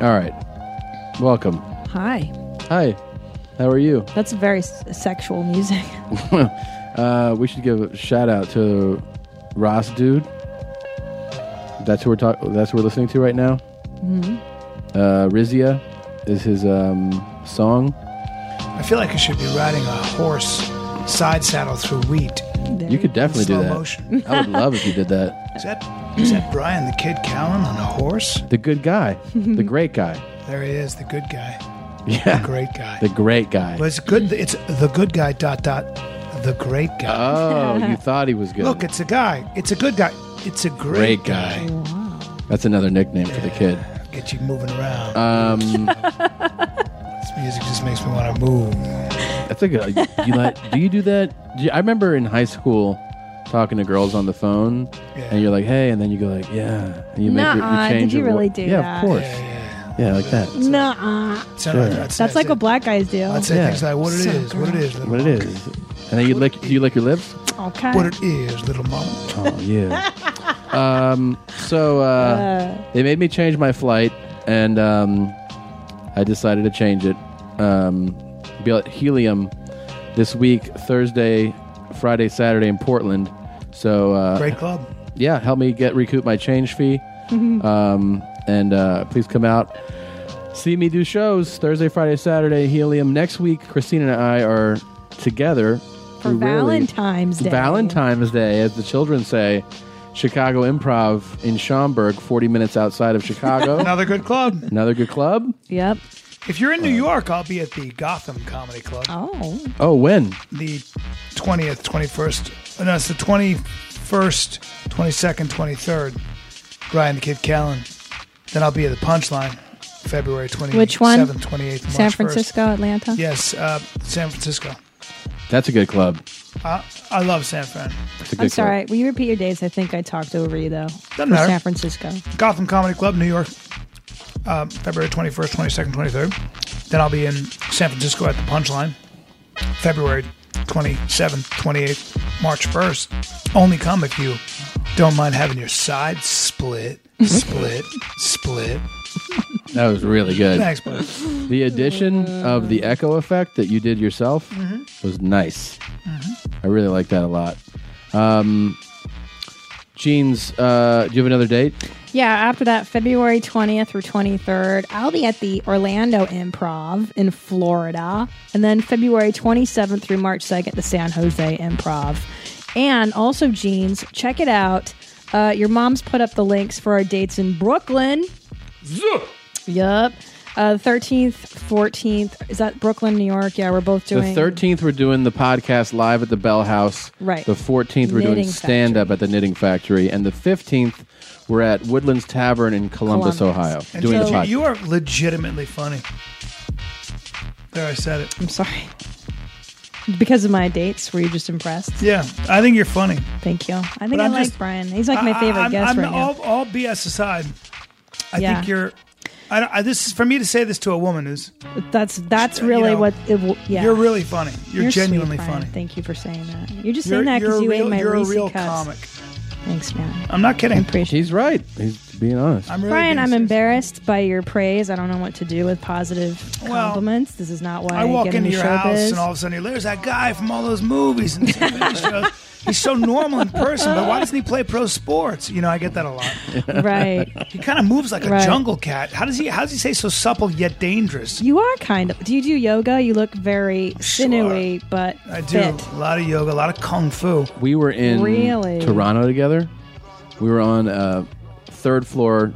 All right. Welcome. Hi. Hi. How are you? That's very s- sexual music. Uh, we should give a shout out to Ross Dude. That's who we're talking. That's who we're listening to right now. Uh, Rizia is his um, song. I feel like I should be riding a horse side saddle through wheat. There You could definitely do Slow that. motion. I would love if you did that. Is that is that Brian the Kid Callan on a horse? The good guy, the great guy. There he is, the good guy, Yeah, great guy. the great guy. But it's good. It's the good guy. Dot dot. The great guy. Oh, you thought he was good. Look, it's a guy. It's a good guy. It's a great, great guy. That's another nickname for the kid. Get you moving around. Um, this music just makes me want to move. That's like a good. uh, You like, do you do that? Do you- I remember in high school talking to girls on the phone, Yeah. and you're like, "Hey," and then you go like, "Yeah," and you make your, Nuh-uh, you change did you your vo- really do Yeah, that? of course. Yeah, Yeah, like that. Nuh-uh. yeah. So I'd- I'd say- That's like what black guys do. I'd say Yeah. things like what it is, So what it is, little What it mama. is? And then you lick. Do you lick your lips? Okay. what it is, little mama. Oh yeah. um. So uh, they made me change my flight, and um, I decided to change it. Um, be at Helium this week, Thursday, Friday, Saturday in Portland. So uh, Great club. yeah, help me get recoup my change fee. Mm-hmm. um, and uh, please come out. See me do shows Thursday, Friday, Saturday, Helium. Next week, Christina and I are together For We really- Valentine's Day. Valentine's Day, as the children say. Chicago Improv in Schaumburg, 40 minutes outside of Chicago. Another good club. Another good club. Yep. If you're in New York, I'll be at the Gotham Comedy Club. Oh. Oh, when? the 20th, 21st. No, it's the 21st, 22nd, 23rd. Brian the Kid Callen. Then I'll be at the Punchline February 27th, Which one? 28th, March San 1st. Francisco, Atlanta. Yes, uh, San Francisco. That's a good club. I, I love San Fran. That's a good I'm sorry. Will you repeat your dates? I think I talked over you though. For matter. San Francisco. Gotham Comedy Club, New York, um, February 21st, 22nd, 23rd. Then I'll be in San Francisco at the Punchline, February 27th, 28th, March 1st. Only come if you don't mind having your side split, split, club. split. That was really good. Thanks, bud. The addition of the echo effect that you did yourself Mm-hmm. was nice. I really like that a lot. Um, Jeans, uh, do you have another date? Yeah, after that, February 20th through 23rd, I'll be at the Orlando Improv in Florida. And then February 27th through March 2nd, the San Jose Improv. And also, Jeans, check it out. Uh, your mom's put up the links for our dates in Brooklyn. Yup. Uh, 13th, 14th. Is that Brooklyn, New York? Yeah, we're both The doing. 13th, we're doing the podcast live at the Bell House. Right. The 14th, we're doing Knitting stand up Factory. at the Knitting Factory. And the 15th, we're at Woodlands Tavern in Columbus, Columbus. Ohio, And doing you- the podcast. you are legitimately funny. There, I said it. I'm sorry. Because of my dates, were you just impressed? Yeah, I think you're funny. Thank you. I think But I I'm like just- Brian. He's like my I- favorite I'm- guest I'm right now. all, all BS aside, I Yeah. think you're. I, don't- I, this is for me to say this to a woman is That's that's You really know, what it will. Yeah, you're really funny. You're, You're sweet, genuinely Brian. funny. Thank you for saying that. You're just You're, saying that you're because a you real, ate my you're a Reese real cups. comic. Thanks, man. I'm not kidding. I appreciate. He's right. He's being honest. I'm really Brian, being I'm serious. embarrassed by your praise. I don't know what to do with positive Well, compliments. This is not why I walk get into your showbiz. house and all of a sudden you're, there's that guy from all those movies and TV shows. He's so normal in person, but why doesn't he play pro sports? You know, I get that a lot. right. He kind of moves like a Right. jungle cat. How does he? How does he say so supple yet dangerous? You are kind of. Do you do yoga? You look very sinewy, but I do fit. a lot of yoga, a lot of kung fu. We were in Really? Toronto together. We were on a third floor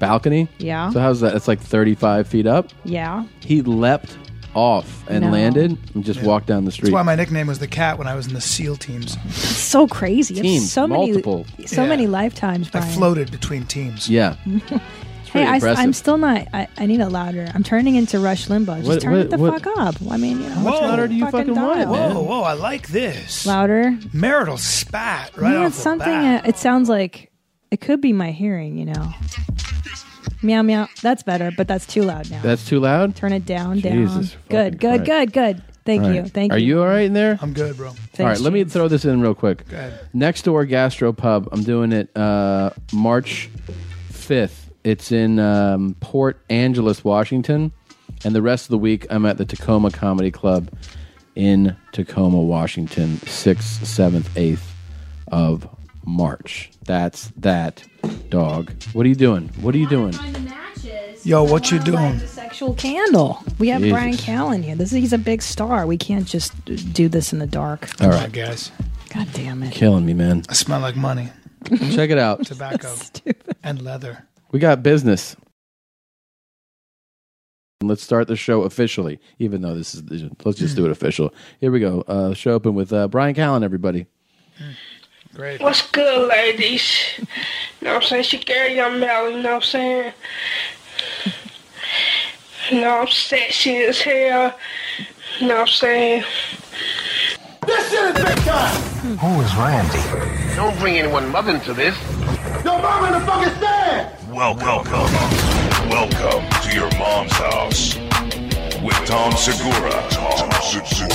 balcony. Yeah. So, how's that? It's like 35 feet up. Yeah. He leapt off and No. landed and just walked down the street. That's why my nickname was the cat when I was in the SEAL teams. It's so crazy. You have Teams, so multiple. many, so Yeah. many lifetimes, I Brian. floated between teams. yeah. Hey, pretty I, impressive. am still not. I, I need it louder. I'm turning into Rush Limbaugh. Just What- turn what- it the what- fuck up. I mean, you know, What's turn louder it do you fucking want, dial. man? Whoa, whoa! I like this Louder. marital spat right You know, off it's the something. bat. uh it sounds like it could be my hearing. You know, meow meow. That's better, but that's too loud now. That's too loud? turn it down, Jesus down. fucking Good, Christ. good, good, good. Thank you, Right. thank Are you. you all right in there? I'm good, bro. Thanks, All right, let me James. throw this in real quick. ahead. Next door gastro pub. I'm doing it uh, March 5th. It's in um, Port Angeles, Washington, and the rest of the week I'm at the Tacoma Comedy Club in Tacoma, Washington, sixth, seventh, eighth of March. That's that dog. What are you doing? What are you doing? Yo, what you doing? It's a sexual candle. We have Jesus. Brian Callen here. This he's a big star. We can't just do this in the dark. All All right, right, guys. God damn it. killing me, man. I smell like money, Check it out. tobacco, Stupid. and leather. We got business. Let's start the show officially, even though this is, let's just do it official. Here we go. Uh, show open with uh, Brian Callen, everybody. Great. What's good, ladies? know what I'm saying? She Gary Young Melly, you know what I'm saying? You know I'm sexy as hell. You know what I'm saying? This shit is big time. Who is Randy? Don't bring anyone mother into this. Your mom in the fucking stand. Welcome. Welcome to your mom's house with Tom Segura. Tom Segura.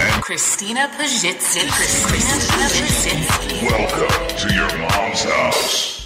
And Christina Pajitsky. Christina Pajitsky. welcome to your mom's house.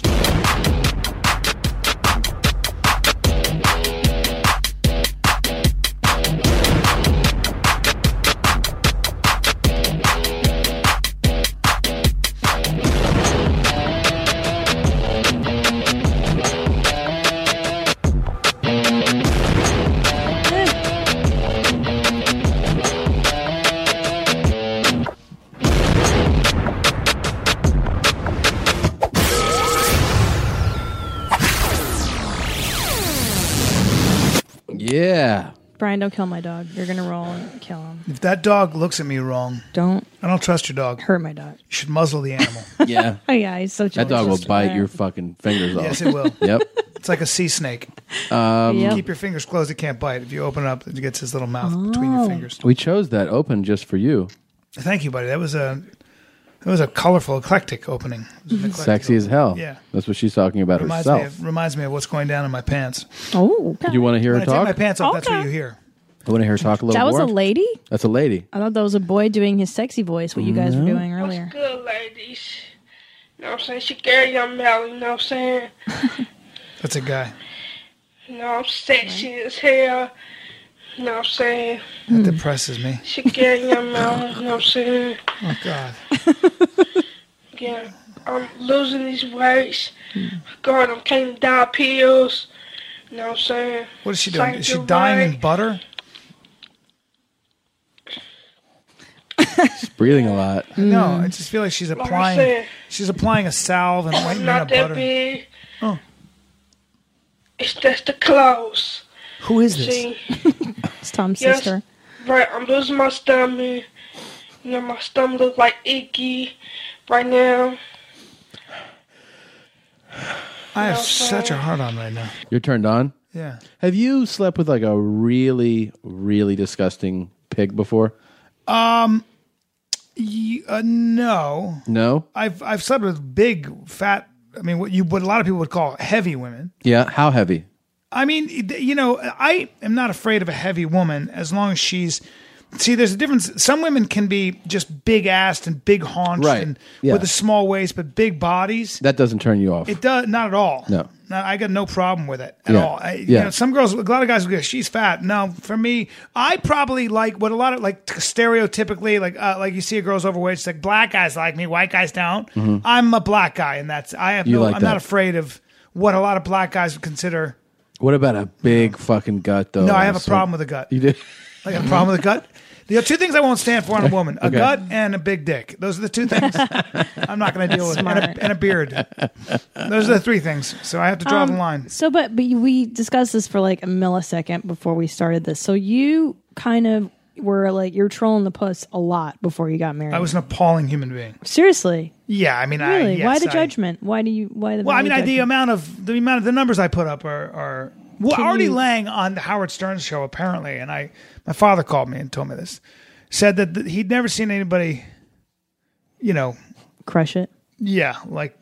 Yeah. Brian, don't kill my dog. You're gonna roll and kill him. If that dog looks at me wrong, Don't I don't trust your dog. You hurt my dog. should muzzle the animal. Yeah. Oh yeah, he's such a That dog will just- bite your fucking fingers off. yes, it will. Yep. It's like a sea snake. Yep. Keep your fingers closed; it can't bite. If you open it up, it gets his little mouth between your fingers. We chose that open just for you. Thank you, buddy. That was a that was a colorful, eclectic opening. It was an eclectic Mm-hmm. Sexy as hell. Yeah. That's what she's talking about Reminds me, herself. of, reminds me of what's going down in my pants. Oh, you want to hear her When I take my talk? pants off, that's what Okay. you hear. I want to hear her talk a little that was more. a lady. That's a lady. I thought that was a boy doing his sexy voice. What you guys were doing What's earlier. good, ladies? You know what I'm saying? She Gary Young Melly, you know what I'm saying? That's a guy. You know I'm sexy as hell. You know what I'm saying? Hmm. That depresses me. She Gary Young Melly, you know what I'm saying? Oh God. Yeah, I'm losing these weights. God, I'm taking down pills. You know what I'm saying? What is she doing? Is she Sanctuary. dying in butter? She's breathing a lot. No, Hmm. I just feel like she's I applying. said. She's applying a salve and It's whitening not up that butter. big. Oh. It's just the clothes. Who is this? See, It's Tom's Yes. sister. right, I'm losing my stomach. You know, my stomach looks like icky right now. I have No, such a hard on right now. You're turned on. Yeah. Have you slept with like a really, really disgusting pig before? Y- uh, no, No. I've I've slept with big fat. I mean, what you what a lot of people would call heavy women. Yeah. How heavy? I mean, you know, I am not afraid of a heavy woman as long as she's. See, there's a difference. Some women can be just big assed and big haunched Right. and Yeah. with a small waist, but big bodies. That doesn't turn you off. It does not at all. No. I got no problem with it at Yeah. all. I, you Yeah. know, some girls, a lot of guys, will go, she's fat. No, for me, I probably like what a lot of like t- stereotypically, like uh, like you see a girl's overweight. It's like black guys like me, white guys don't. I'm a black guy, and that's I have. Mm-hmm. You no, like I'm that. not afraid of what a lot of black guys would consider. what about a big fucking gut though? No, I have a Oh, So- problem with a gut. You do. I got a problem with a gut. The two things I won't stand for in a woman: a Okay. gut and a big dick. Those are the two things I'm not going to deal with. And Smart. a, and a beard. Those are the three things. So I have to draw the line. So, but but we discussed this for like a millisecond before we started this. So you kind of were like you're trolling the puss a lot before you got married. I was an appalling human being. seriously, Yeah, I mean, I, really. yes, why the I- judgment? Why do you? Why the? Well, I mean, I, value the judgment? amount of the amount of the numbers I put up are are well, Can already you- laying on the Howard Stern show apparently, and I my father called me and told me this, said that th- he'd never seen anybody, you know, crush it. yeah, like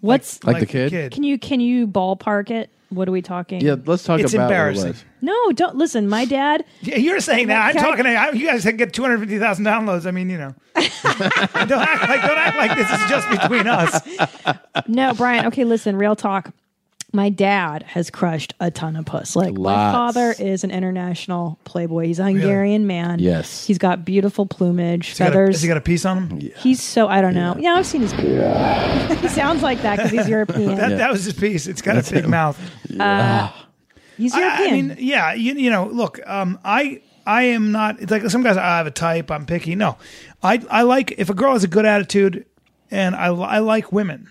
What's Like the kid? can you can you ballpark it? What are we talking? Yeah. Let's talk It's about what it embarrassing. was. No, don't listen. My dad. Yeah, you're saying that. I'm Okay. talking. I, you guys get 250,000 downloads. I mean, you know, don't act like don't act like this is just between us. No, Brian. Okay, listen. Real talk. my dad has crushed a ton of puss. Like my Lots. father is an international playboy. He's a Hungarian man. Yes. he's got beautiful plumage, Has he got a- feathers. has he got a piece on him? He's so I don't know. Yeah, I've seen his. he sounds like that because he's European. That, that was his piece. It's got a big mouth. he's I, European. I mean, yeah, you, you know, look, um, I I am not. It's like some guys. I have a type. I'm picky. No, I I like if a girl has a good attitude, and I li- I like women.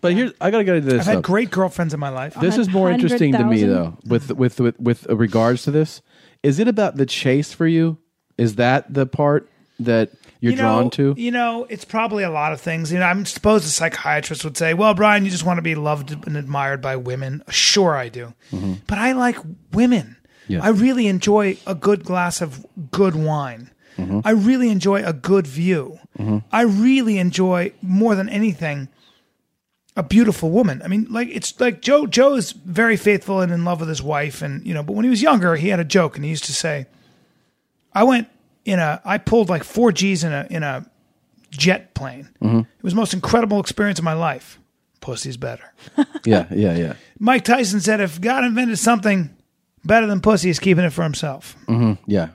But here's I gotta go to this. I've had though. great girlfriends in my life. this is more interesting to me 100,000? though with with with with regards to this is it about the chase for you is that the part that you're You know- drawn to You know, it's probably a lot of things. You know, I'm supposed a psychiatrist would say, "Well, Brian, you just want to be loved and admired by women." Sure, I do, but I like women. Mm-hmm. Yeah. I really enjoy a good glass of good wine. Mm-hmm. I really enjoy a good view. I really enjoy more than anything a beautiful woman. I mean, like it's like Joe. Joe is very faithful and in love with his wife, and you know. But when he was younger, he had a joke, and he used to say, "I went in a, I pulled like four G's in a in a jet plane. It was the most incredible experience of my life. Pussy's better." yeah yeah yeah Mike Tyson said, "If God invented something better than pussy, he's keeping it for himself." yeah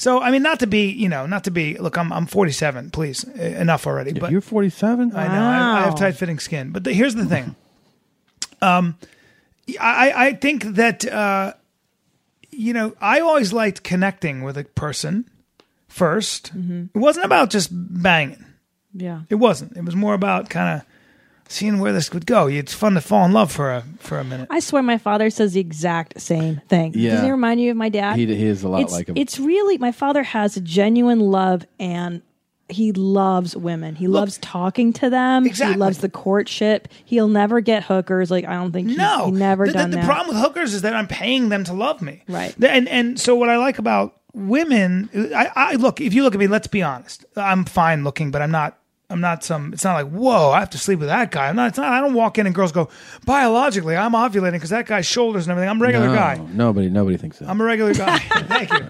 So, I mean, not to be, you know, not to be. Look, I'm I'm 47. Please, e- enough already. But you're 47 I know. I, I have Wow. tight fitting skin. But the, here's the thing. um, I I- I think that uh, you know I always liked connecting with a person 1st It wasn't about just banging. yeah, It wasn't. It was more about kind of seeing where this would go. It's fun to fall in love for a for a minute. I swear my father says the exact same thing. Yeah. Does he remind you of my dad? he, he is a lot it's, like him It's really my father has a genuine love and he loves women. He loves talking to them. Exactly. He loves the courtship. He'll never get hookers. Like I don't think he's, No, he never the, the- done the that. problem with hookers is that I'm paying them to love me. Right. The- And and so what I like about women, I, I look. If you look at me, let's be honest. I'm fine looking, but I'm not. I'm not some. It's not like whoa. I have to sleep with that guy. I'm not. It's not. I don't walk in and girls go biologically. I'm ovulating because that guy's shoulders and everything. I'm a regular no, guy. nobody nobody thinks that I'm a regular guy. Thank you.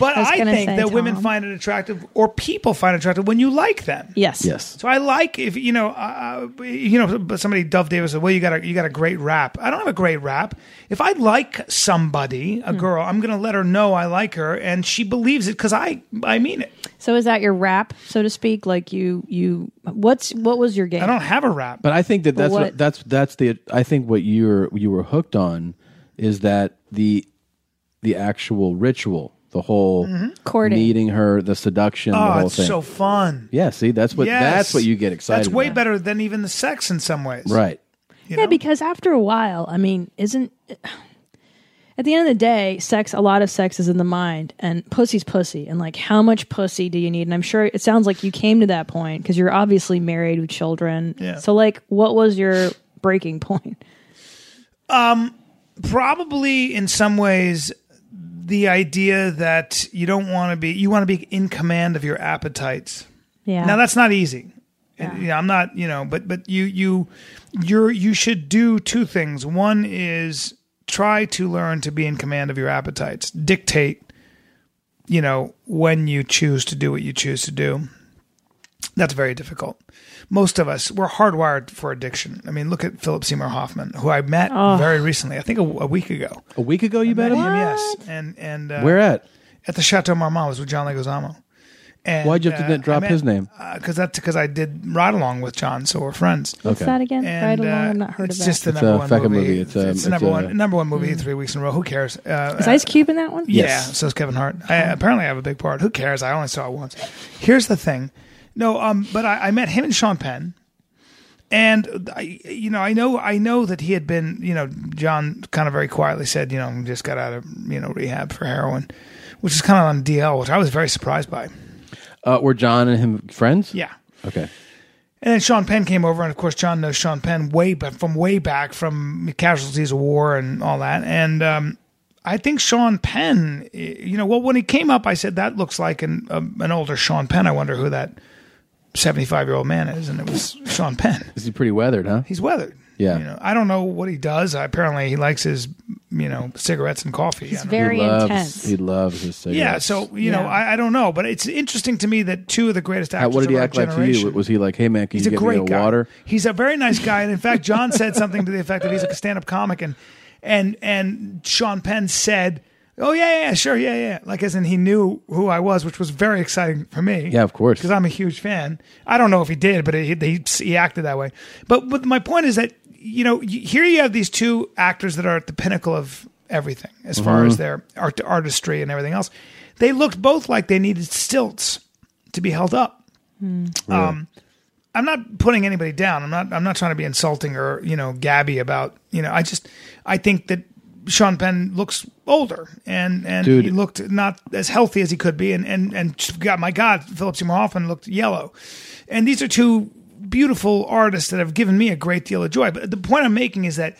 But was I, gonna think say, that women Tom. find it attractive, or people find it attractive when you like them. Yes. yes So I like if you know, uh, uh, you know, but somebody Dove Davis said, "Well, you got a you got a great rap." I don't have a great rap. If I like somebody, a girl, I'm gonna let her know I like her, and she believes it because I I mean it. So is that your rap, so to speak? Like you, you. What's what was your game? I don't have a rap. but i think that that's what, what- that's that's the i think what you're you were hooked on is that the the actual ritual the whole Courting. needing her the seduction the oh, whole it's thing so fun. yeah see that's what Yes. that's what you get excited That's way about. better than even the sex in some ways. right yeah, because after a while, I mean, isn't at the end of the day, sex, a lot of sex is in the mind, and pussy's pussy. And like, how much pussy do you need? And I'm sure it sounds like you came to that point because you're obviously married with children. Yeah. So, like, what was your breaking point? Probably in some ways, the idea that you don't want to be you want to be in command of your appetites. Yeah. Now that's not easy. Yeah. I'm not, you know, but but you you you're you should do two things. One is try to learn to be in command of your appetites. Dictate, you know, when you choose to do what you choose to do. That's very difficult. Most of us we're hardwired for addiction. I mean, look at Philip Seymour Hoffman, who I met very recently. I think a, a week ago. a week ago you met Met him, him yes, and and uh, where at at the Chateau Marmont I was with John Leguizamo. And, uh, Why'd you have to then drop I uh, his name? Because that's because I did ride along with John, so we're friends. What's okay. that again? And, right along, uh, I've not heard it's of just that. the Oh. It's a number one fucking movie. movie. It's, um, the number it's, uh, one number one movie three weeks in a row. Who cares? Uh, Is Ice Cube in that one? yeah, so it's Kevin Hart. I, apparently, I have a big part. Who cares? I only saw it once. Here's the thing. No, um, but I, I met him and Sean Penn, and I, you know, I know, I know that he had been, you know, John kind of very quietly said, you know, just got out of you know rehab for heroin, which is kind of on DL, which I was very surprised by. Uh, were John and him friends? Yeah. Okay. And then Sean Penn came over, and of course John knows Sean Penn way back from way back from casualties of war and all that. And um, I think Sean Penn, eh, you know, well when he came up, I said that looks like an um, an older Sean Penn. I wonder who that seventy five year old man is, and it was Sean Penn. Is he pretty weathered, huh? He's weathered. Yeah. you know, I don't know what he does. I, apparently, he likes his you know, cigarettes and coffee. I He's don't very he loves, intense. He loves his cigarettes. Yeah, so you know, Yeah. I, I don't know, but it's interesting to me that two of the greatest How- actors what did he of act our like to generation. you? Was he like, "Hey man, can he's you a get great me a guy. water?" He's a very nice guy, and in fact, John said something to the effect that he's a stand-up comic, and and and Sean Penn said, "Oh yeah, yeah, sure, yeah, yeah," like as in he knew who I was, which was very exciting for me. Yeah, of course. because I'm a huge fan. I don't know if he did, but he he, he acted that way. But but my point is that you know y- here you have these two actors that are at the pinnacle of everything as far Mm-hmm. as their art artistry and everything else. They looked both like they needed stilts to be held up. Um, I'm not putting anybody down. I'm not. I'm not trying to be insulting or you know gabby about you know. I just I think that Sean Penn looks older and and Dude. he looked not as healthy as he could be and and and God, my God, Philip Seymour Hoffman looked yellow, and these are two beautiful artists that have given me a great deal of joy. But the point I'm making is that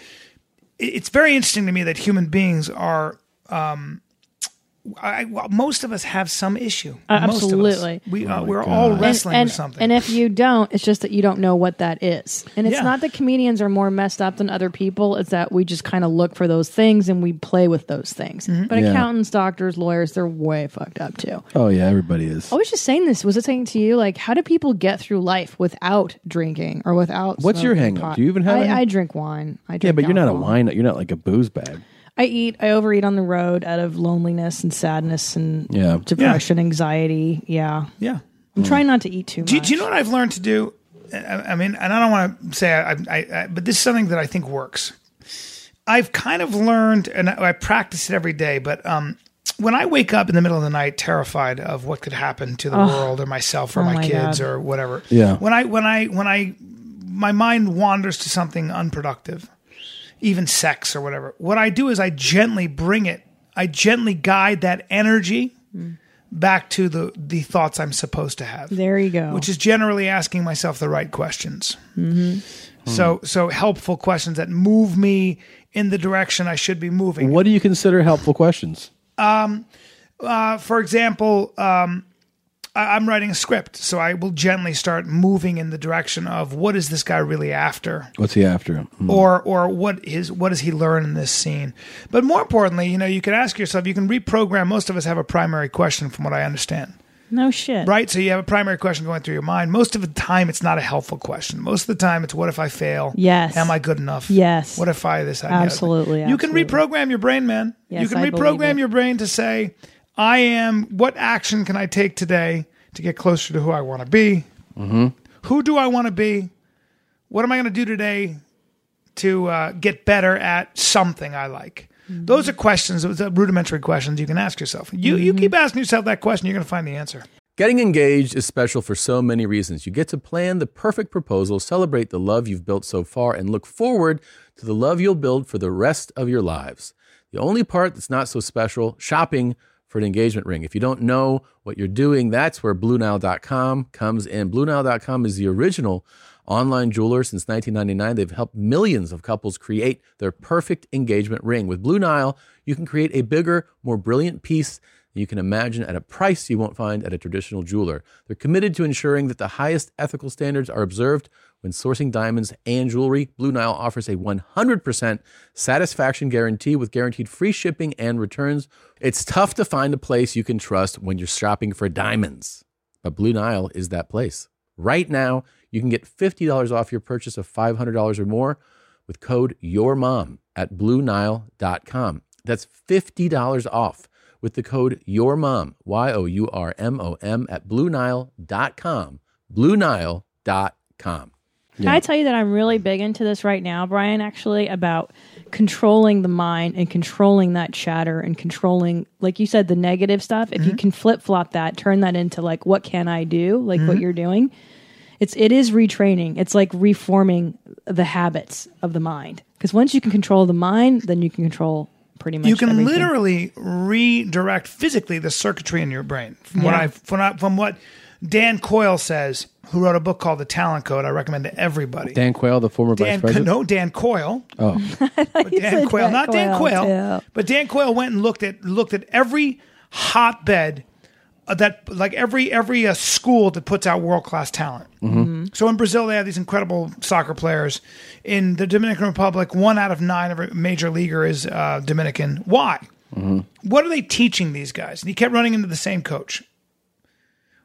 it- it's very interesting to me that human beings are. Um, I, well, most of us have some issue. Uh, Most of us. absolutely. we uh, we're all wrestling and, with something. and if you don't, it's just that you don't know what that is. And it's Yeah. not that comedians are more messed up than other people, it's that we just kind of look for those things and we play with those things. Mm-hmm. But Yeah. accountants, doctors, lawyers, they're way fucked up too. Oh yeah, everybody is. I was just saying this. Was it saying to you, like, how do people get through life without drinking or without? What's your smoking hang-up? pot? Do you even have any? I, I drink wine. I drink yeah, but you're not a alcohol. wine. You're not like a booze bag. I eat. I overeat on the road out of loneliness and sadness and Yeah. Mm. depression, anxiety. Yeah, yeah. I'm trying not to eat too much. Do, you- do you know what I've learned to do? I, I mean, and I don't want to say, I, I, I, but this is something that I think works. I've kind of learned, and I, I practice it every day. But um, when I wake up in the middle of the night, terrified of what could happen to the world or myself or my, Oh my kids God. or whatever. Yeah. When I when I when I my mind wanders to something unproductive, even sex or whatever. What I do is I gently bring it. I gently guide that energy Mm. back to the the thoughts I'm supposed to have There you go. which is generally asking myself the right questions. Mm-hmm. So, so helpful questions that move me in the direction I should be moving. What do you consider helpful questions? For example, um, I, I'm writing a script, so I will gently start moving in the direction of what is this guy really after, What's he after? Mm. or or what is what does he learn in this scene? But more importantly, you know, you can ask yourself, you can reprogram. Most of us have a primary question, from what I understand. no shit. Right? So you have a primary question going through your mind. Most of the time, it's not a helpful question. Most of the time, it's what if I fail? Yes. Am I good enough? Yes. What if I this? that, and the other thing? Absolutely, You can absolutely. reprogram your brain, man. Yes, you can I believe reprogram it. your brain to say, I am, what action can I take today to get closer to who I want to be? Who do I want to be? What am I going to do today to uh, get better at something I like? Mm-hmm. Those are questions, those are rudimentary questions you can ask yourself. You, Mm-hmm. you keep asking yourself that question, you're going to find the answer. Getting engaged is special for so many reasons. You get to plan the perfect proposal, celebrate the love you've built so far, and look forward to the love you'll build for the rest of your lives. The only part that's not so special, shopping for an engagement ring. If you don't know what you're doing, that's where BlueNile.com comes in. BlueNile.com is the original online jeweler since 1999. They've helped millions of couples create their perfect engagement ring. With Blue Nile, you can create a bigger, more brilliant piece than you can imagine at a price you won't find at a traditional jeweler. They're committed to ensuring that the highest ethical standards are observed when sourcing diamonds and jewelry. Blue Nile offers a 100% satisfaction guarantee with guaranteed free shipping and returns. It's tough to find a place you can trust when you're shopping for diamonds, but Blue Nile is that place. Right now, you can get $50 off your purchase of $500 or more with code YOURMOM at BlueNile.com. That's $50 off with the code YOURMOM, Y O U R M O M, at BlueNile.com. BlueNile.com. Can I tell you that I'm really big into this right now, Brian, actually, about controlling the mind and controlling that chatter and controlling, like you said, the negative stuff. If Mm-hmm. you can flip flop that, turn that into like, what can I do? Like what Mm-hmm. you're doing. It's it is retraining. It's like reforming the habits of the mind. Because once you can control the mind, then you can control pretty much. you can everything. literally redirect physically the circuitry in your brain. From what Yeah. I from, I- from what Dan Coyle says, who wrote a book called The Talent Code, I recommend to everybody. Dan Quayle, the former vice Dan, president. no, Dan Coyle. Oh, but Dan said Quayle, Dan not Dan Quayle, Quayle, too. but Dan Quayle went and looked at looked at every hotbed uh, that like every every uh, school that puts out world class talent. Mm-hmm. So in Brazil they have these incredible soccer players. In the Dominican Republic, one out of nine of a major leaguer is uh, Dominican. Why? Mm-hmm. What are they teaching these guys? And he kept running into the same coach.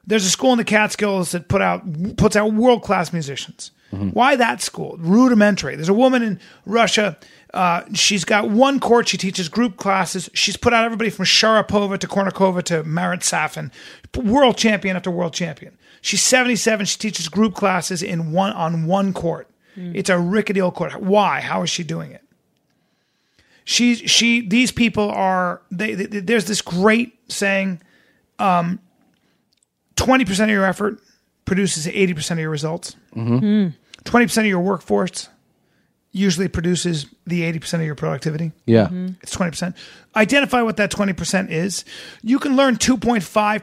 There's a school in the Catskills that put out puts out world class musicians. Why that school? Rudimentary. There's a woman in Russia. Uh, she's got one court. She teaches group classes. She's put out everybody from Sharapova to Kornikova to Marit Safin, world champion after world champion. She's 77. She teaches group classes in one on one court. It's a rickety old court. Why? How is she doing it? She she. These people are. They, they, there's this great saying. Twenty percent of your effort produces eighty percent of your results. 20 percent of your workforce usually produces the eighty percent of your productivity. Yeah. It's twenty percent. Identify what that twenty percent is. You can learn two point five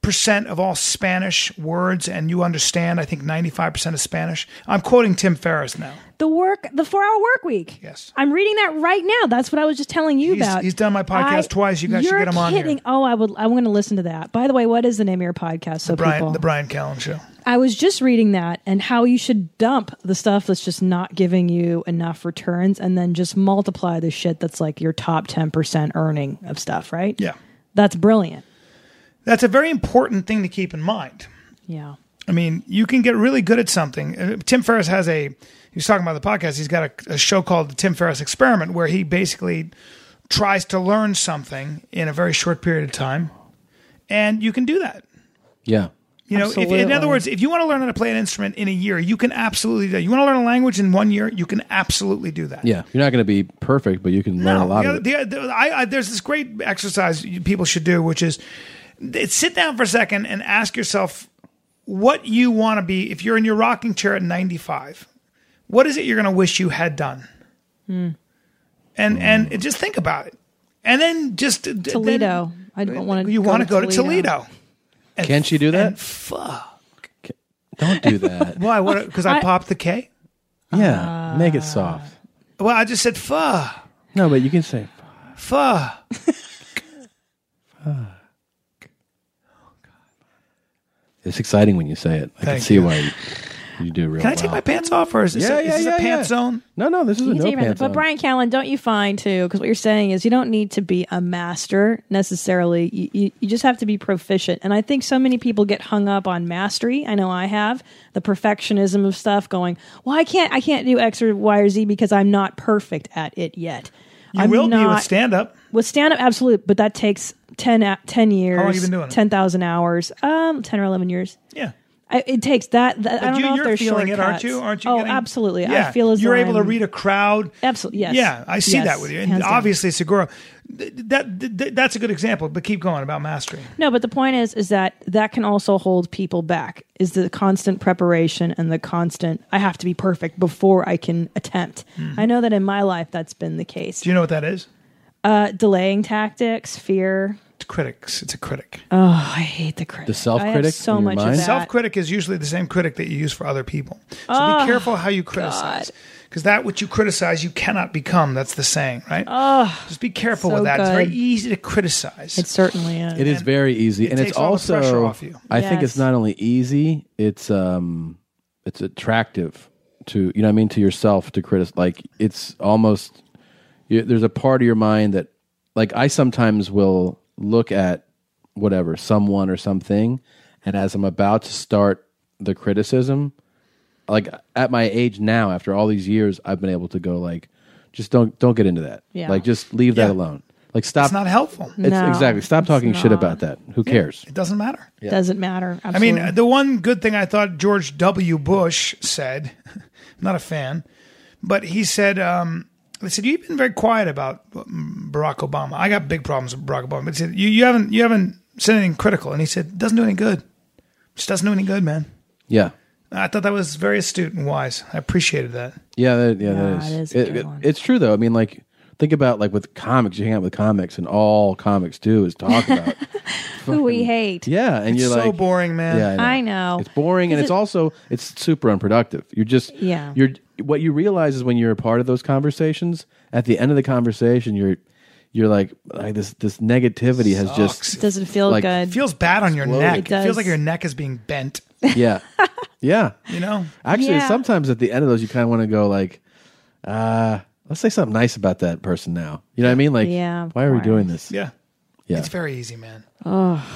percent of all Spanish words, and you understand. I think ninety five percent of Spanish. I'm quoting Tim Ferriss now. The work, the four hour work week. Yes. I'm reading that right now. That's what I was just telling you He's- about. he's done my podcast twice. You guys should you're get him on here. kidding. Oh, I would. I'm going to listen to that. By the way, what is the name of your podcast? So Brian, people, the Brian Callen show. I was just reading that and how you should dump the stuff that's just not giving you enough returns, and then just multiply the shit that's like your top ten percent earning of stuff. Right? Yeah. That's brilliant. That's a very important thing to keep in mind. Yeah. I mean, you can get really good at something. Uh, Tim Ferriss has a, he was talking about the podcast, he's got a, a show called The Tim Ferriss Experiment where he basically tries to learn something in a very short period of time. And you can do that. Yeah. You know, if, in other Absolutely. words, if you want to learn how to play an instrument in a year, you can absolutely do that. You want to learn a language in one year, you can absolutely do that. Yeah. You're not going to be perfect, but you can learn a No, lot the of other- it. the- the- I- I- there's this great exercise you- people should do, which is th- sit down for a second and ask yourself what you want to be if you're in your rocking chair at 95. What is it you're going to wish you had done? Hmm. And and just think about it, and then just d- d- Toledo. then I don't want to. you want to go to Toledo? And Can she do that? And fuck. Don't do that. Why? What? Because I, I- popped the K. yeah. make it soft. Well, I just said fuck. No, but you can say. Fuh. It's exciting when you say it. I can Thank see you. why you, you do real Can I well. take my pants off, or is this, Yeah, a, yeah, is this yeah, a pants yeah. zone? No, no, this is a You can no take your pants But on. Brian Callen, don't you find too? Because what you're saying is you don't need to be a master necessarily. You, you, you just have to be proficient. And I think so many people get hung up on mastery. I know I have the perfectionism of stuff. Going, well, I can't, I can't do X or Y or Z because I'm not perfect at it yet. You I'm will be not- with stand up. with stand up, absolute, but that takes 10, a- 10 years. long you been doing it? Ten thousand hours. Um, ten or eleven years. Yeah. I, it takes that. that I But don't know you, if you're there's feeling it, aren't shortcuts. you? Aren't you? Oh, getting- absolutely. Yeah. I feel as you're though able to I'm- read a crowd. Absolutely. Yes. Yeah, I see Yes. that with you, and Hands down. obviously Segura, th- that, th- th- that's a good example. But keep going about mastery. No, but the point is, is that that can also hold people back. Is the constant preparation and the constant I have to be perfect before I can attempt. I know that in my life that's been the case. Mm-hmm. Do you know what that is? Uh, delaying tactics, fear. It's critics. It's a critic. Oh, I hate the critic. The self-critic I have so in your much mind? of that. Self critic is usually the same critic that you use for other people. So Oh, be careful how you criticize. Because that which you criticize, you cannot become. That's the saying, right? Just be careful Oh, so with that. It's very good. easy to criticize. it certainly is. It is very easy, and takes it's all the also. pressure off you. I think it's Yes. not only easy; it's um, it's attractive to you know what I mean to yourself to criticize. Like it's almost you, there's a part of your mind that like I sometimes will look at whatever someone or something, and as I'm about to start the criticism, like at my age now, after all these years, I've been able to go like, just don't don't get into that. Yeah. Like just leave that Yeah. alone. Like stop. it's not helpful. It It's No, exactly. Stop it's talking shit not. about that. Who cares? doesn't matter. Doesn't matter. I mean, Absolutely. uh, the one good thing I thought George W. Bush said, I'm not a fan, but he said, um, they said, you've been very quiet about um, Barack Obama. I got big problems with Barack Obama. But he said, you, you haven't, you haven't said anything critical. And he said, doesn't do any good. Just doesn't do any good, man. Yeah. I thought that was very astute and wise. I appreciated that. Yeah. That, yeah. Yeah, that is. it is a good one. It's true though. I mean, like, think about like with comics. You hang out with comics, and all comics do is talk about. who we hate. yeah, and It's you're so like boring, man. Yeah, I know. It's boring, and Is it's it- also it's super unproductive. You're just Yeah. You're what you realize is when you're a part of those conversations. At the end of the conversation, you're you're like, like this this negativity has just It doesn't feel Like, It good. feels bad on your neck. It It, feels does. like your neck is being bent. yeah yeah. You know, Actually, Yeah. sometimes at the end of those, you kind of want to go like, uh, let's say something nice about that person now. You know what I mean? Like, Yeah, of why are we course. doing this? yeah, Yeah. it's very easy, man.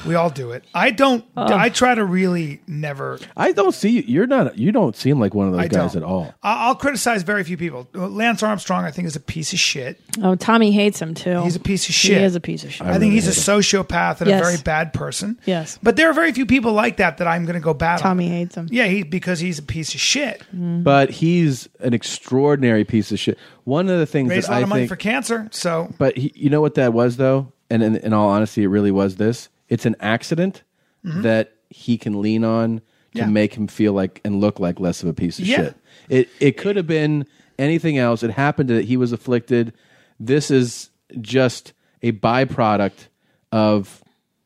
We all do it. I don't. I try to really never. I don't see you're not you don't seem like one of those I guys don't. at all. I- I'll criticize very few people. Lance Armstrong, I think, is a piece of shit. Oh, Tommy hates him too. He's a piece of Oh, He shit. is a piece of shit. I, think he's a sociopath and Yes. a very bad person. Yes. But there are very few people like that that I'm going to go bad on. Tommy hates him. Yeah, he because he's a piece of shit. But he's an extraordinary piece of shit. One of the things Raised a that lot I of money think, for cancer. So but he, you know what that was though, and in, in all honesty, it really was this. It's an accident that he can lean on to Mm-hmm. Yeah. make him feel like and look like less of a piece of Yeah. shit. It it could have been anything else. It happened that he was afflicted. This is just a byproduct of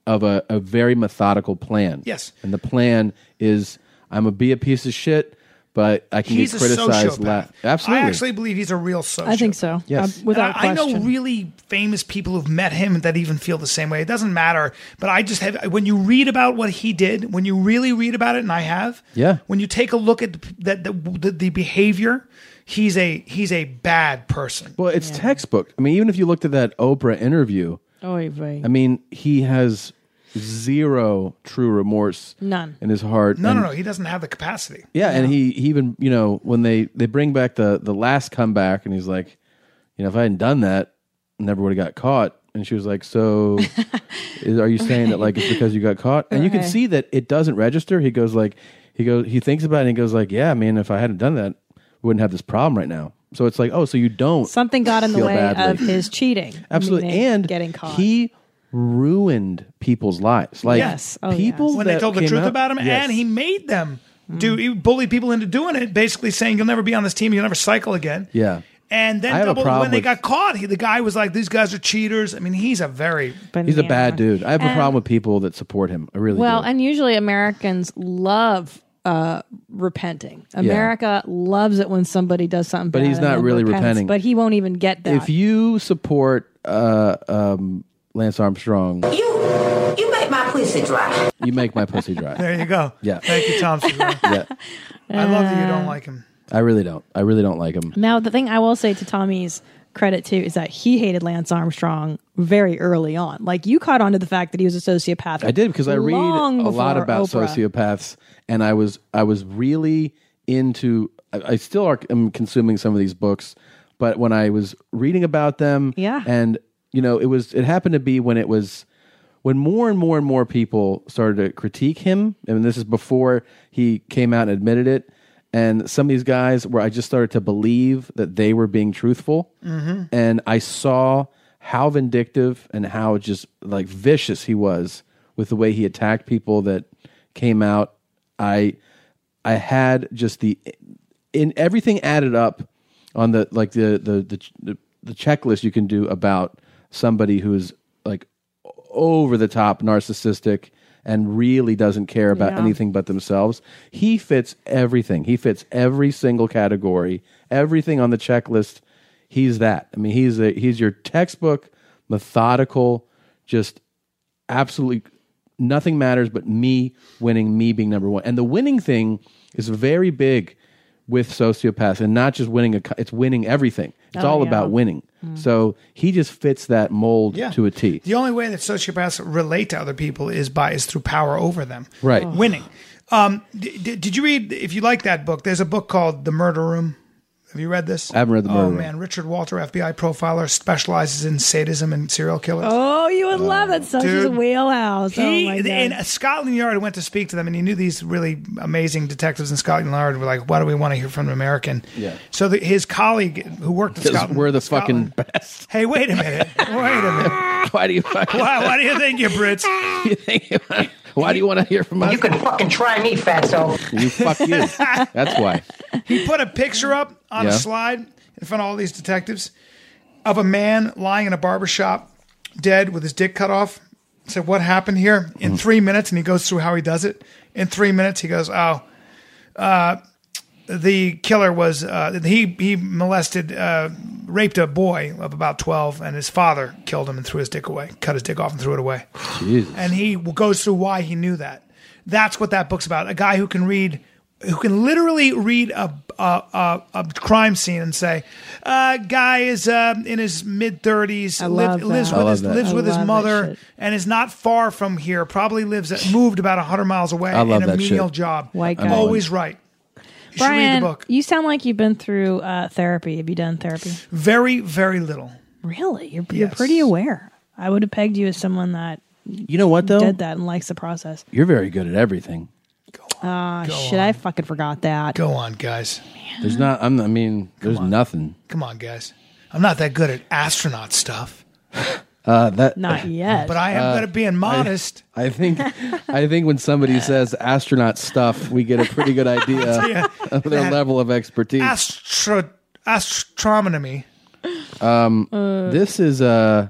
of a, a very methodical plan. Yes. and the plan is I'm gonna be a piece of shit, but I can he's get a criticized. sociopath. La- Absolutely, I actually believe he's a real sociopath. I think so. Yes. Uh, without I I question. know really famous people who've met him that even feel the same way. It doesn't matter. But I just have, when you read about what he did, when you really read about it, and I have, Yeah. when you take a look at the, the, the, the behavior, he's a, he's a bad person. Well, it's textbook. I mean, even if you looked at that Oprah interview, Oy vey. I mean, he has zero true remorse, None. in his heart. no, and, no, no. He doesn't have the capacity. Yeah, and he, he even you know when they they bring back the the last comeback, and he's like, you know, if I hadn't done that, I never would have got caught. And she was like, so is, are you saying that like it's because you got caught? And you can Right. see that it doesn't register. He goes like, he goes, he thinks about it, and he goes like, yeah, I mean, if I hadn't done that, we wouldn't have this problem right now. So it's like, oh, so you don't Something got in the Feel way badly. of his cheating. Absolutely. meaning And getting caught. he ruined people's lives. Like Yes. Oh, people yes. when they that told the came truth out- about him, Yes. Mm. and he made them do. He bullied people into doing it, basically saying you'll never be on this team, you'll never cycle again. Yeah. And I then have a double, problem when they with- got caught, he, the guy was like, "These guys are cheaters." I mean, he's a very He's a Banana. bad dude. I have a And- problem with people that support him. I really Well, do. and usually Americans love uh, repenting. America loves it when somebody does something But bad he's and not then really repents, repenting. But he won't even get that. if you support uh, um, Lance Armstrong, You, you make my pussy dry. you make my pussy dry. there. You go. Yeah. Thank you, Tom. Segura. Yeah. I love that you don't like him. I really don't. I really don't like him. Now, the thing I will say to Tommy's credit too is that he hated Lance Armstrong very early on. Like you caught on to the fact that he was a sociopath. I did because I read long a lot before about Oprah. sociopaths, and I was I was really into. I, I still are, am consuming some of these books, but when I was reading about them, Yeah. and you know, it was it happened to be when it was when more and more and more people started to critique him, and this is before he came out and admitted it. And some of these guys, where I just started to believe that they were being truthful, and I saw how vindictive and how just like vicious he was with the way he attacked people that came out. I I had just the in everything added up on the like the the the the, the checklist you can do about somebody who is like over the top narcissistic and really doesn't care about Yeah. anything but themselves. He fits everything. He fits every single category, everything on the checklist. He's that. I mean, he's a he's your textbook methodical just absolutely nothing matters but me winning, me being number one. And the winning thing is very big with sociopaths, and not just winning a. co- It's winning everything. It's all Oh, yeah. Hmm. about winning. So he just fits that mold to a T. The only way that sociopaths relate to other people is by is through power over them. Right. Oh. Winning. Um, d- d- did you read? If you like that book, there's a book called The Murder Room. Have you read this? I haven't read The Murder Oh Room. man, Richard Walter, FBI profiler, specializes in sadism and serial killers. Oh, you would love Uh, it. Such as a Dude. wheelhouse. He oh my God. in Scotland Yard went to speak to them, and he knew these really amazing detectives in Scotland Yard were like, "Why do we want to hear from an American?" Yeah. So the, his colleague who worked at Because Scotland, we're the Scotland- fucking best. Hey, wait a minute! Wait a minute! Why do you fucking, Why, why do you think you Brits? you think- Why do you want to hear from us? You can fucking try me, fatso. You fuck you. That's why. He put a picture up on Yeah. a slide in front of all these detectives of a man lying in a barber shop, dead with his dick cut off. Said, "What happened here?" In three minutes, and he goes through how he does it. In three minutes, he goes, "Oh, uh, the killer was uh, he he molested uh, raped a boy of about 12, and his father killed him and threw his dick away, cut his dick off and threw it away. Jesus. And he goes through why he knew that. That's what that book's about. A guy who can read, who can literally read a a, a, a crime scene and say, uh, "Guy is uh, in his mid thirties, I love lives that. with I his love that. lives I with his love that mother, shit. and is not far from here. Probably lives at, moved about hundred miles away I love in a that shit. menial job. White I'm guy. always right." You should read Brian, the book. you sound like you've been through uh, therapy. Have you done therapy? Very, very little. Really? You're, you're Yes. pretty aware. I would have pegged you as someone that You know what though? did that and likes the process. You're very good at everything. Ah, shit, I fucking forgot that. Go on, guys. There's not. I'm, I mean, there's nothing. Come on, guys. I'm not that good at astronaut stuff, Uh, that Not yet. but I am Uh, good at being modest. I think. I think when somebody says astronaut stuff, we get a pretty good idea Yeah. of their That- level of expertise. Astro astronomy. this is uh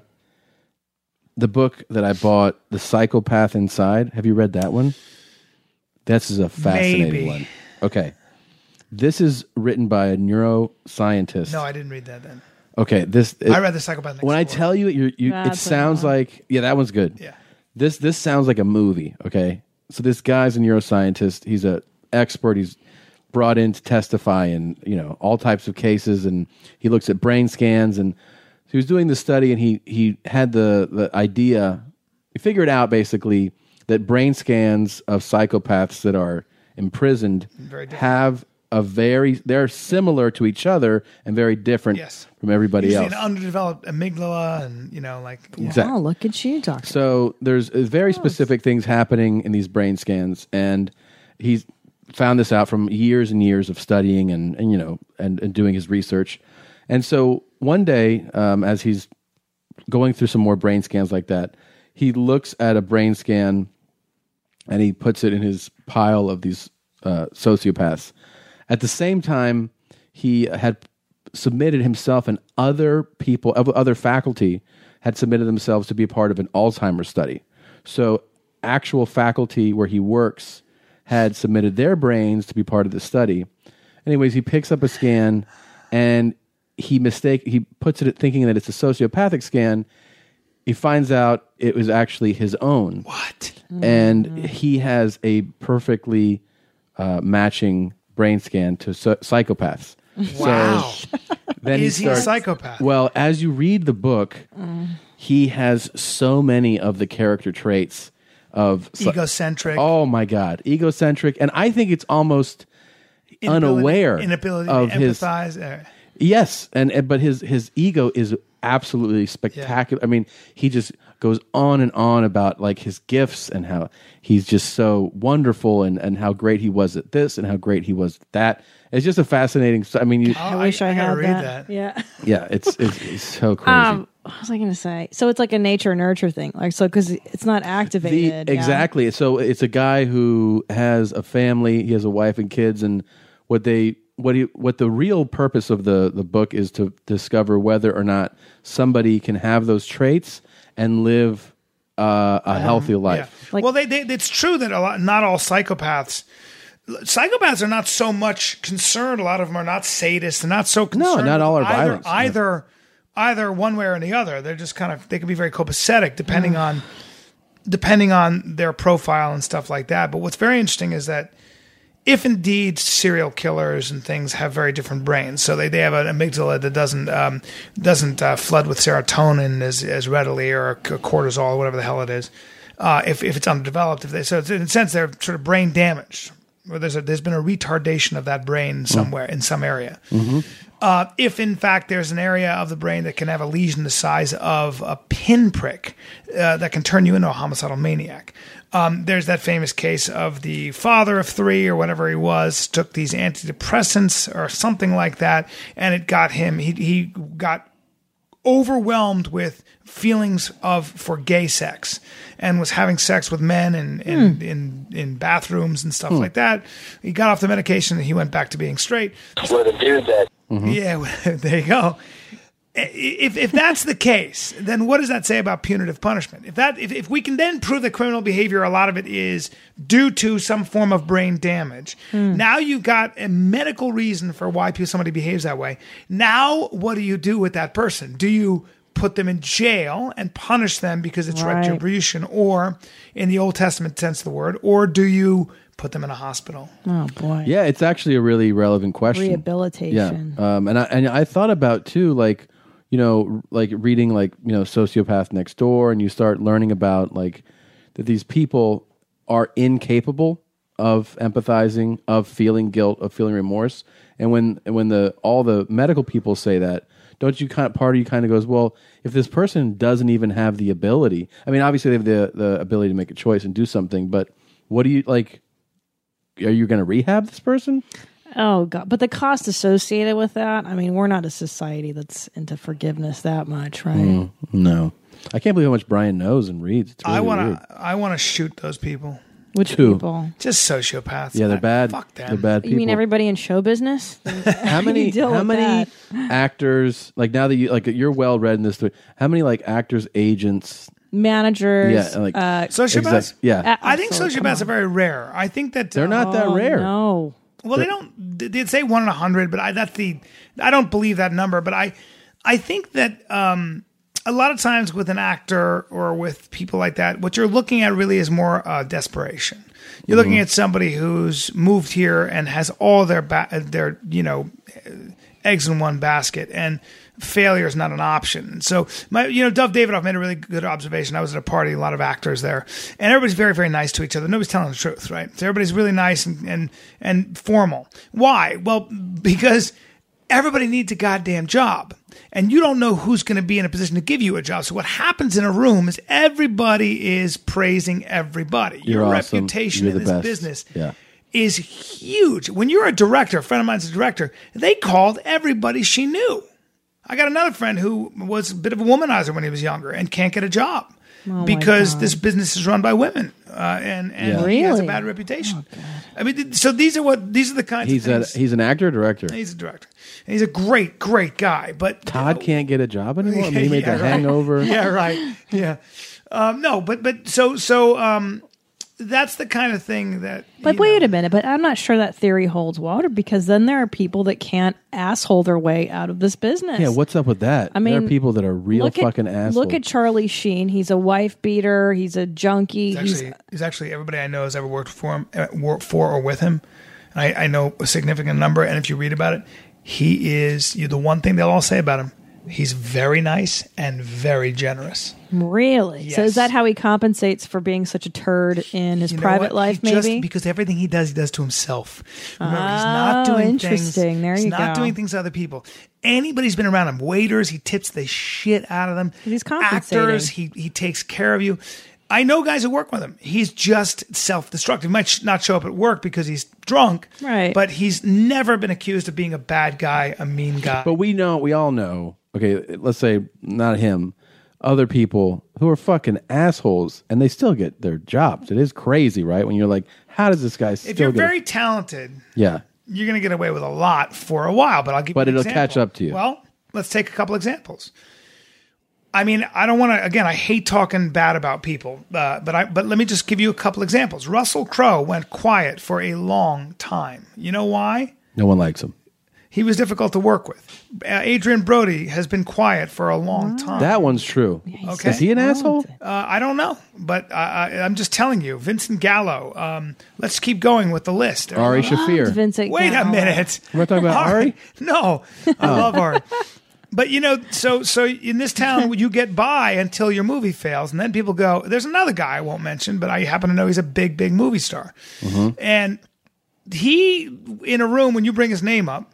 the book that I bought, The Psychopath Inside. Have you read that one? This is a fascinating Maybe. one. Okay. This is written by a neuroscientist. No, I didn't read that then. okay, this I read the psychopath. Next when I Door. tell you it, you're, you it That's sounds what I like yeah, that one's good. Yeah. This this sounds like a movie. Okay, so this guy's a neuroscientist. He's a expert. He's brought in to testify in you know all types of cases, and he looks at brain scans. And he was doing the study, and he he had the the idea. He figured out basically that brain scans of psychopaths that are imprisoned different. have a very they're similar to each other and very different Yes. from everybody usually else. an underdeveloped amygdala, and you know, like yeah. Exact- oh, look at you, Doctor. So there's uh, very specific things happening in these brain scans, and he's found this out from years and years of studying and, and you know and, and doing his research. And so one day, um, as he's going through some more brain scans like that, he looks at a brain scan and he puts it in his pile of these uh, sociopaths. At the same time, he had submitted himself and other people, of other faculty, had submitted themselves to be part of an Alzheimer's study. So, actual faculty where he works had submitted their brains to be part of the study. Anyways, he picks up a scan and he mistake he puts it at thinking that it's a sociopathic scan. He finds out it was actually his own what? and he has a perfectly uh, matching brain scan to so- psychopaths. Wow. Then Is he a starts- psychopath? Mm. Well, as you read the book, he has so many of the character traits of psy- Egocentric. Oh my god, egocentric, and I think it's almost inability- unaware Inability of to his- empathize. eh, Yes, and, and but his his ego is absolutely spectacular. I mean, he just goes on and on about like his gifts and how he's just so wonderful and and how great he was at this and how great he was at that. It's just a fascinating. st- I mean, you, I wish I, gotta had read that. that. Yeah. yeah, it's, it's it's so crazy. Um, what was I going to say? So it's like a nature nurture thing, like so because it's not The- activated. yeah. exactly. So it's a guy who has a family. He has a wife and kids, and what they what he what the real purpose of the the book is to discover whether or not somebody can have those traits and live uh, a healthy Yeah. life. Like- well, they, they, it's true that a lot, not all psychopaths. Psychopaths are not so much concerned. A lot of them are not sadists. They're not so concerned. not all with are either, violence, yeah. Either, either one way or the other. They're just kind of they can be very copacetic Mm. depending on depending on their profile and stuff like that. But what's very interesting is that if indeed serial killers and things have very different brains, so they, they have an amygdala that doesn't um, doesn't uh, flood with serotonin as, as readily or c- cortisol or whatever the hell it is, uh, if, if it's underdeveloped, if they, so it's, in a sense they're sort of brain damaged, where there's a, there's been a retardation of that brain somewhere in some area. Uh, if in fact there's an area of the brain that can have a lesion the size of a pinprick uh, that can turn you into a homicidal maniac. Um, there's that famous case of the father of three or whatever he was took these antidepressants or something like that, and it got him. He he got overwhelmed with feelings of for gay sex and was having sex with men in in in, in bathrooms and stuff like that. He got off the medication and he went back to being straight. Yeah, there you go. if, if that's the case, then what does that say about punitive punishment? If that if, if we can then prove that criminal behavior, a lot of it is due to some form of brain damage. Now you've got a medical reason for why pe- somebody behaves that way. Now what do you do with that person? Do you put them in jail and punish them because it's Right. retribution, or in the Old Testament sense of the word, or do you put them in a hospital? Oh boy. Yeah, it's actually a really relevant question. Rehabilitation. Yeah, um, and I and I thought about too, like you know, r- like reading like you know, sociopath next door, and you start learning about like that these people are incapable of empathizing, of feeling guilt, of feeling remorse, and when and when the all the medical people say that. Don't you kind of part of you kind of goes well if this person doesn't even have the ability? I mean, obviously they have the the ability to make a choice and do something, but what do you like? Are you going to rehab this person? Oh god. But the cost associated with that, I mean, we're not a society that's into forgiveness that much, right? Mm. No. I can't believe how much Brian knows and reads. It's really I want weird. to I want to shoot those people. Which Two. people? Just sociopaths. Yeah, they're I- bad. Fuck them. They're bad people. You mean everybody in show business? How many? deal how with many actors? Like now that you like you're well read in this. Story, how many like actors, agents? Managers. Yeah, like- uh, Sociopaths? exec- yeah, I think Absolutely, come sociopaths on. are very rare. I think that uh, they're not that Oh, rare. No. Well, they don't. they- They'd say one in a hundred, but I that's the. I don't believe that number, but I, I think that um, a lot of times with an actor or with people like that, what you're looking at really is more uh, desperation. You're looking Mm-hmm. at somebody who's moved here and has all their ba- their you know eggs in one basket and failure is not an option. So my you know Dove Davidoff made a really good observation. I was at a party, a lot of actors there, and everybody's very very nice to each other. Nobody's telling the truth, right? So everybody's really nice and and, and formal. Why? Well, because everybody needs a goddamn job. And you don't know who's going to be in a position to give you a job. So what happens in a room is everybody is praising everybody. You're Your awesome. reputation You're in the this best. business Yeah. is huge. When you're a director, a friend of mine's a director, they called everybody she knew. I got another friend who was a bit of a womanizer when he was younger and can't get a job because this business is run by women uh, and, and Yeah. he has a Really? bad reputation. I mean, th- so these are what these are the kinds He's of a things. he's an actor, director. He's a director. And he's a great, great guy. But Todd can't get a job anymore. I mean, he made Yeah, the right. Hangover. yeah, right. Yeah. Um, no, but but so so um, that's the kind of thing that. But you wait know, a minute, but I'm not sure that theory holds water because then there are people that can't asshole their way out of this business. Yeah, what's up with that? I there mean, are people that are real look fucking at, assholes. Look at Charlie Sheen. He's a wife beater. He's a junkie. he's He's, actually, he's actually everybody I know has ever worked for him, uh, worked for or with him. And I, I know a significant number, and if you read about it, he is you. The one thing they'll all say about him, he's very nice and very generous. really. So Yes. is that how he compensates for being such a turd in his You know private what? life? He maybe just, because everything he does, he does to himself. Remember, he's not Oh, doing interesting. things. There he's you not go. doing things to other people. Anybody's been around him, waiters, he tips the shit out of them. He's compensating. actors, he he takes care of you. I know guys who work with him. He's just self-destructive. He might sh- not show up at work because he's drunk, Right. But he's never been accused of being a bad guy, a mean guy. But we know, we all know. Okay, let's say not him, other people who are fucking assholes, and they still get their jobs. It is crazy, right? When you're like, how does this guy still if you're get? a- very talented, yeah, you're going to get away with a lot for a while, but I'll give But you an it'll example. catch up to you. Well, let's take a couple examples. I mean, I don't want to. Again, I hate talking bad about people, uh, but I. But let me just give you a couple examples. Russell Crowe went quiet for a long time. You know why? no one likes him. He was difficult to work with. Uh, Adrian Brody has been quiet for a long time. That one's true. Okay. Is he an asshole? Uh, I don't know, but I, I, I'm just telling you. Vincent Gallo. Um, let's keep going with the list. Ari Shafir. Vincent. Wait a Gallo. minute. We're talking about Ari. Oh. No, I love art. But you know, so so in this town, you get by until your movie fails, and then people go. There's another guy I won't mention, but I happen to know he's a big, big movie star, Mm-hmm. and he in a room when you bring his name up,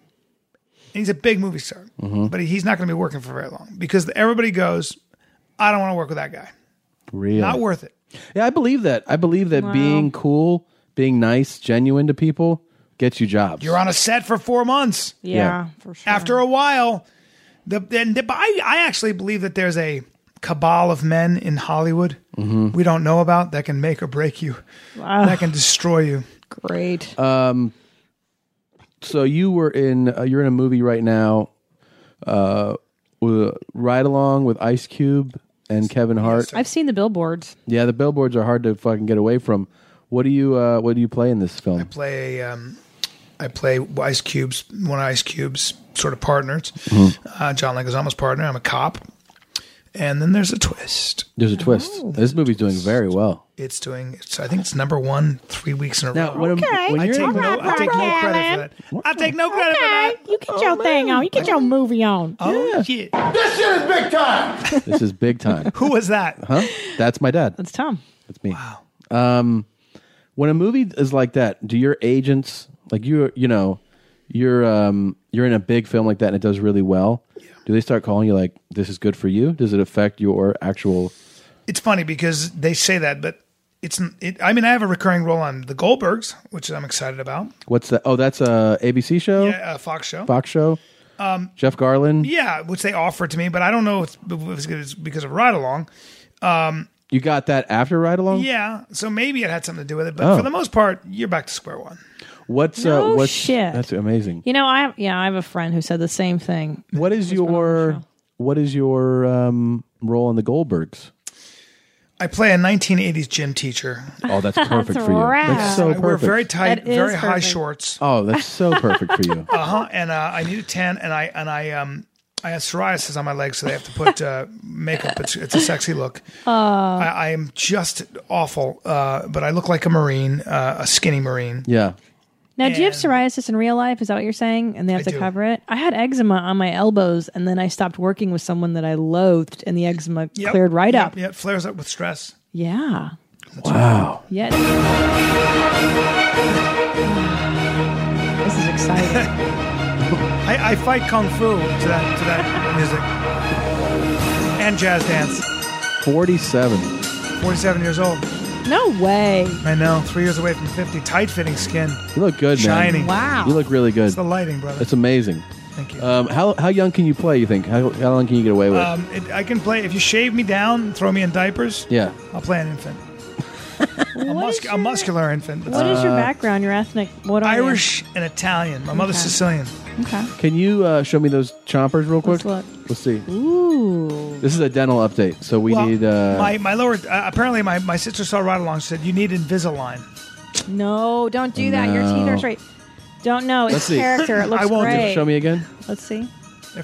and he's a big movie star, Mm-hmm. but he's not going to be working for very long because everybody goes, "I don't want to work with that guy. Real. Not worth it." yeah, I believe that. I believe that being cool, being nice, genuine to people gets you jobs. You're on a set for four months. Yeah, Yeah. for sure. after a while, the and the, I, I actually believe that there's a cabal of men in Hollywood Mm-hmm. we don't know about that can make or break you, that can destroy you. great. So you were in. Uh, you're in a movie right now. Uh, with Ride Along with Ice Cube and Kevin Hart. I've seen the billboards. Yeah, the billboards are hard to fucking get away from. What do you uh, What do you play in this film? play um, I play Ice Cube's one of Ice Cube's sort of partners, Mm-hmm. uh, John Leguizamo's partner. I'm a cop, and then there's a twist. There's a twist. This movie's doing very well. It's doing. It's, I think it's number one three weeks in a Now, row. when, when I you're take, in- no, I take no credit for that. I take no credit Okay, you Oh, get your thing on. You get your movie on. for that. Oh shit! This shit is big time. this is big time. Who was that? Huh? That's my dad. That's Tom. That's me. Wow. Um, when a movie is like that, do your agents like you? You know, you're um, you're in a big film like that and it does really well. Do they start calling you like this is good for you? Does it affect your actual? It's funny because they say that, but it's. n- It, I mean, I have a recurring role on The Goldbergs, which I'm excited about. What's that? Oh, that's a ABC show, Yeah, uh, Fox show. Fox show. Um, Jeff Garland. Yeah, which they offered to me, but I don't know if it's- if it's because of Ride Along. You got that after Ride Along. Yeah, so maybe it had something to do with it, but Oh. for the most part, you're back to square one. What's No uh, what's shit. That's amazing. You know, I have, yeah, I have a friend who said the same thing. What is your what is your um, role in the Goldbergs? I play a 1980s gym teacher. Oh, that's perfect for you. rad. That's so I perfect. wear very tight, That is very high perfect. shorts. oh, that's so perfect for you. Uh huh. And uh, I need a tan, and I and I um I have psoriasis on my legs, so they have to put uh, makeup. It's, it's a sexy look. Oh. I, I am just awful, uh, but I look like a marine, uh, a skinny marine. Yeah. Now, do you have And- psoriasis in real life? Is that what you're saying? And they have to I do. cover it? I had eczema on my elbows, and then I stopped working with someone that I loathed, and the eczema Yep. cleared right Yep, up. Yeah, it flares up with stress. Yeah. Wow. Yeah. This is exciting. I, I fight kung fu to that to that music and jazz dance. 47. 47 years old. no way. I know. Three years away from 50. Tight fitting skin. You look good, Shiny. man. Wow. You look really good. It's the lighting, brother. That's amazing. Thank you. Um, how, how young can you play, you think? How, how long can you get away with? Um, it, I can play. If you shave me down, and throw me in diapers. yeah. I'll play an infant. a, What mus- is a your- muscular infant. But What is Uh, your background? Your ethnic? What are you? Irish and Italian. My mother's Okay. Sicilian. Okay. Can you uh, show me those chompers real quick? Let's look. Let's see. Ooh. This is a dental update, so we Well, need. Uh, my my lower. Uh, apparently, my, my sister saw right along. She said you need Invisalign. No, don't do that. Your teeth No. are straight. Don't know. It's Let's see. character. It looks I won't do it. great. show me again. Let's see.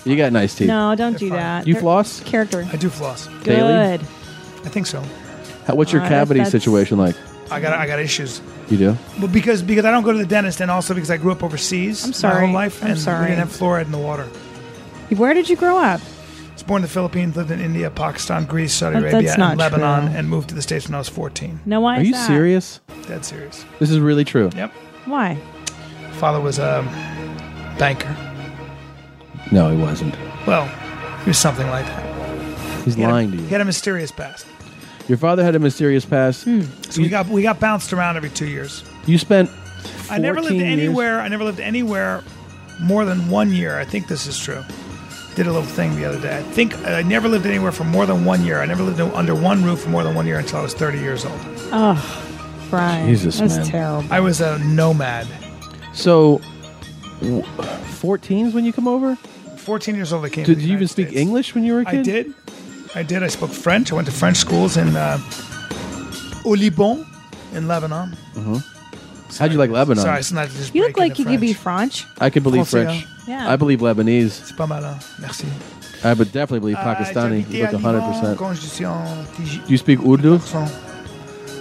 You got nice teeth. No, don't do fine. that. You They're- floss? Character. I do floss. Daily? Good. I think so. How, what's your Uh, cavity that's- situation like? I got I got issues. You do? Well, because because I don't go to the dentist, and also because I grew up overseas. I'm sorry. My whole life, I'm and sorry. we didn't have fluoride in the water. Where did you grow up? I was born in the Philippines, lived in India, Pakistan, Greece, Saudi That- Arabia, that's not and Lebanon, true. and moved to the states when I was 14. No, why? Are is you that? serious? Dead serious. This is really true. Yep. Why? Father was a banker. No, he wasn't. Well, he was something like that. He's He had a- lying He to you. had a mysterious past. Your father had a mysterious past. So we got we got bounced around every two years. You spent. I never lived 14 years- anywhere. I never lived anywhere more than one year. I think this is true. Did a little thing the other day. I think I never lived anywhere for more than one year. I never lived under one roof for more than one year until I was 30 years old. Oh, Brian. Jesus, that's man. terrible. I was a nomad. So, w- 14 is when you come over? 14 years old. I came. to Did the you even United speak States. English when you were a kid? I did. I did. I spoke French. I went to French schools in uh, Olibon in Lebanon. How'd you like Lebanon? Sorry, it's not just You look breaking like the you could be French. French. I could believe Francia. French. Yeah. I believe Lebanese. C'est pas malin. Merci. I would definitely believe Uh, Ah, Pakistani. J'habitais You look à 100%. Liban quand je suis en TG. Do you speak Urdu? So,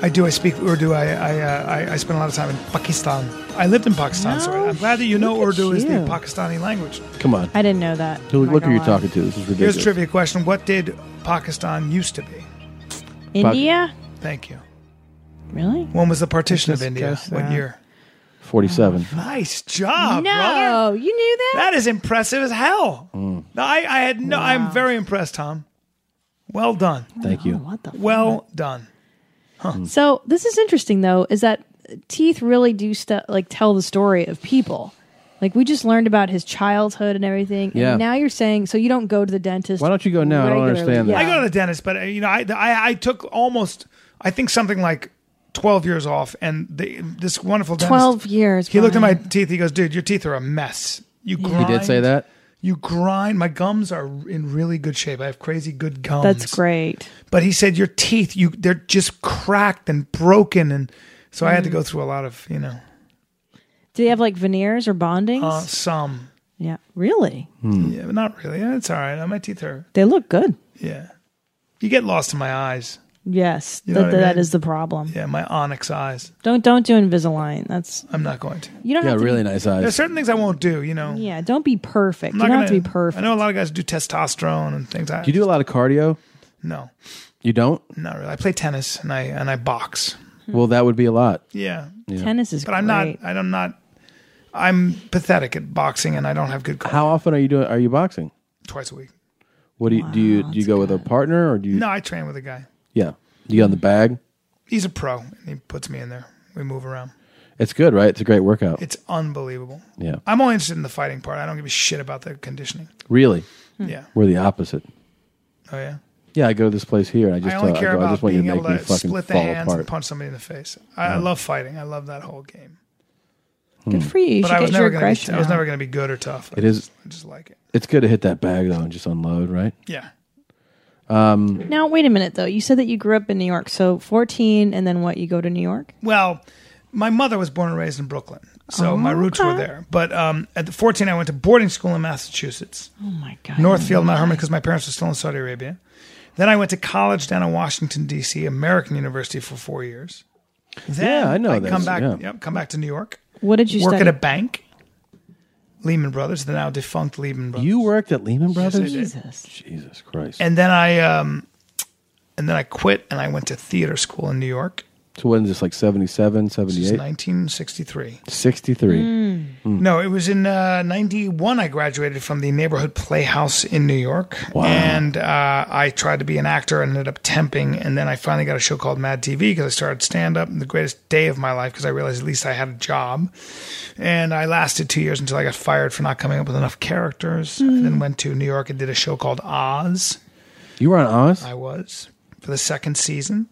I do. I speak Urdu. I I, uh, I I spend a lot of time in Pakistan. I lived in Pakistan, so No I'm glad that you know Oh, look at Urdu is the you. Pakistani language. Come on. I didn't know that. Who, I'm not look who gonna you're lie. talking to. This is Oh Here's ridiculous. a trivia question: What did Pakistan used to be? India? Thank you. Really? When was the partition of Just India? guess What that. year? 47. Nice job, brother. no, you knew that? That is impressive as hell. Mm. No, I, I had no. I'm very impressed, Tom. Well done. Thank you. What the? Well done. Hmm. So this is interesting though, is that teeth really do stu- like tell the story of people. Like we just learned about his childhood and everything. and Yeah. now you're saying so you don't go to the dentist. Why don't you go now? I don't regularly. understand that. Yeah. I go to the dentist, but uh, you know, I, I I took almost I think something like twelve years off, and the, this wonderful dentist, 12 years, He looked at my Brian. teeth. He goes, "Dude, your teeth are a mess. You grind. He did say that? You grind. My gums are in really good shape. I have crazy good gums. That's great. But he said your teeth, you they're just cracked and broken, and so I had to Mm. go through a lot of you know Do they have like veneers or bondings? uh, some. yeah. Really? Yeah, but not really. It's all right. My teeth are. They look good. Yeah, you get lost in my eyes. Yes. You know that, what I that mean? is the problem. Yeah, my onyx eyes. Don't don't do Invisalign. That's I'm not going to. you don't Yeah, have to really nice There's eyes. certain things I won't do. You know. Yeah, don't be perfect. I'm You not don't have to gonna- be perfect. I know a lot of guys do testosterone and things. I, Do you do a lot of cardio? No, You don't? not really. I play tennis and I and I box. Well, that would be a lot. Yeah, Tennis is but I'm great. not. I'm not. I'm pathetic at boxing and I don't have good cardio. How often are you doing? Are you boxing? Twice a week. What do you do? You, do you go with a partner or do you? No, I train with a guy. Yeah, you get on the bag. He's a pro and he puts me in there. We move around. It's good, right? It's a great workout. It's unbelievable. yeah, I'm only interested in the fighting part. I don't give a shit about the conditioning. really, Hmm. Yeah. we're the opposite. Oh yeah. Yeah, I go to this place here and I just I tell, only I, care go, I about just want you being to able make me to fucking split the fall hands and apart. punch somebody in the face. I, I love fighting. I love that whole game. Good for you. You But should I was get your never going to. aggression. I was out. never going to be good or tough. It is. I just like it. It's good to hit that bag though and just unload, right? Yeah. Now wait a minute though. You said that you grew up in New York. So 14 and then what? You go to New York? Well, my mother was born and raised in Brooklyn, so my roots were there. But um, at the 14, I went to boarding school in Massachusetts, Oh my god. Northfield, Mount Hermon, because my parents were still in Saudi Arabia. Then I went to college down in Washington D.C., American University for four years. Then Yeah, I know I this, come back. yeah. Yep, come back to New York. What did you work study? at a bank, Lehman Brothers, the now defunct Lehman Brothers. You worked at Lehman Brothers. Jesus. Jesus Christ. and then I um, and then I quit and I went to theater school in New York. so when is this like 77, This is 78, 1963. 63? Mm. No, it was in uh, 91 I graduated from the Neighborhood Playhouse in New York. And uh, I tried to be an actor and ended up temping. And then I finally got a show called Mad TV because I started stand up. The greatest day of my life because I realized at least I had a job. And I lasted two years until I got fired for not coming up with enough characters. And then went to New York and did a show called Oz. You were on Oz. I was for the second season,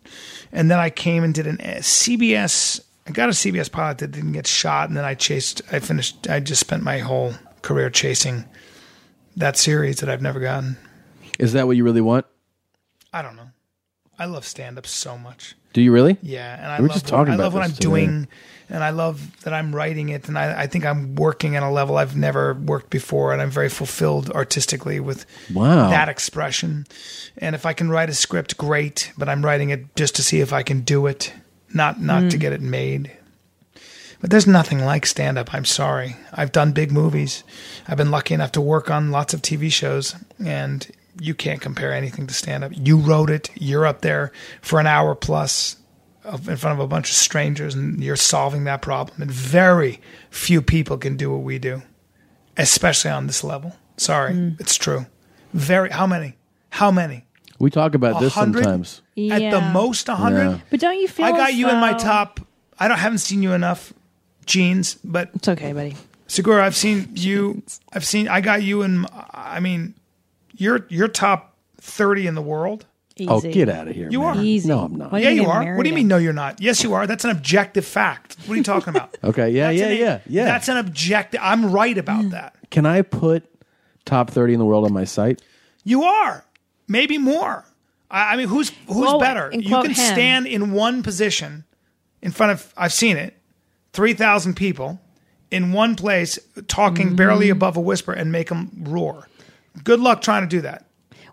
and then I came and did an eh, a CBS. I got a CBS pilot that didn't get shot, and then I chased. I finished. I just spent my whole career chasing that series that I've never gotten. Is that what you really want? I don't know. I love stand up so much. Do you really? Yeah, and I We were love just what- talking I about love what this I'm today. doing, and I love that I'm writing it, and I, I think I'm working at a level I've never worked before, and I'm very fulfilled artistically with Wow. that expression. And if I can write a script, great. But I'm writing it just to see if I can do it, not not to get it made. But there's nothing like stand up. I'm sorry. I've done big movies. I've been lucky enough to work on lots of TV shows, and you can't compare anything to stand up. You wrote it. You're up there for an hour plus of- in front of a bunch of strangers, and you're solving that problem. And very few people can do what we do, especially on this level. Sorry, it's true. Very. How many? How many? we talk about this 100? sometimes. Yeah. At the most, a hundred. Yeah. But don't you feel I got you in my as though- top. I don't haven't seen you enough jeans, but It's okay, buddy. Segura, I've seen you. I've seen. I got you in. I mean, you're you're top thirty in the world. Easy. Oh, get out of here. You man. are. Easy. No, I'm not. Why Yeah, you get are. What do married you mean? at- No, you're not. Yes, you are. That's an objective fact. What are you talking about? Okay. Yeah. That's yeah. an- yeah. Yeah. That's an objective. I'm right about Mm. that. Can I put top 30 in the world on my site? You are. Maybe more. I, I mean, who's who's Well, better? and You quote can him. stand in one position in front of. I've seen it. Three thousand people in one place talking Mm. barely above a whisper and make them roar. Good luck trying to do that.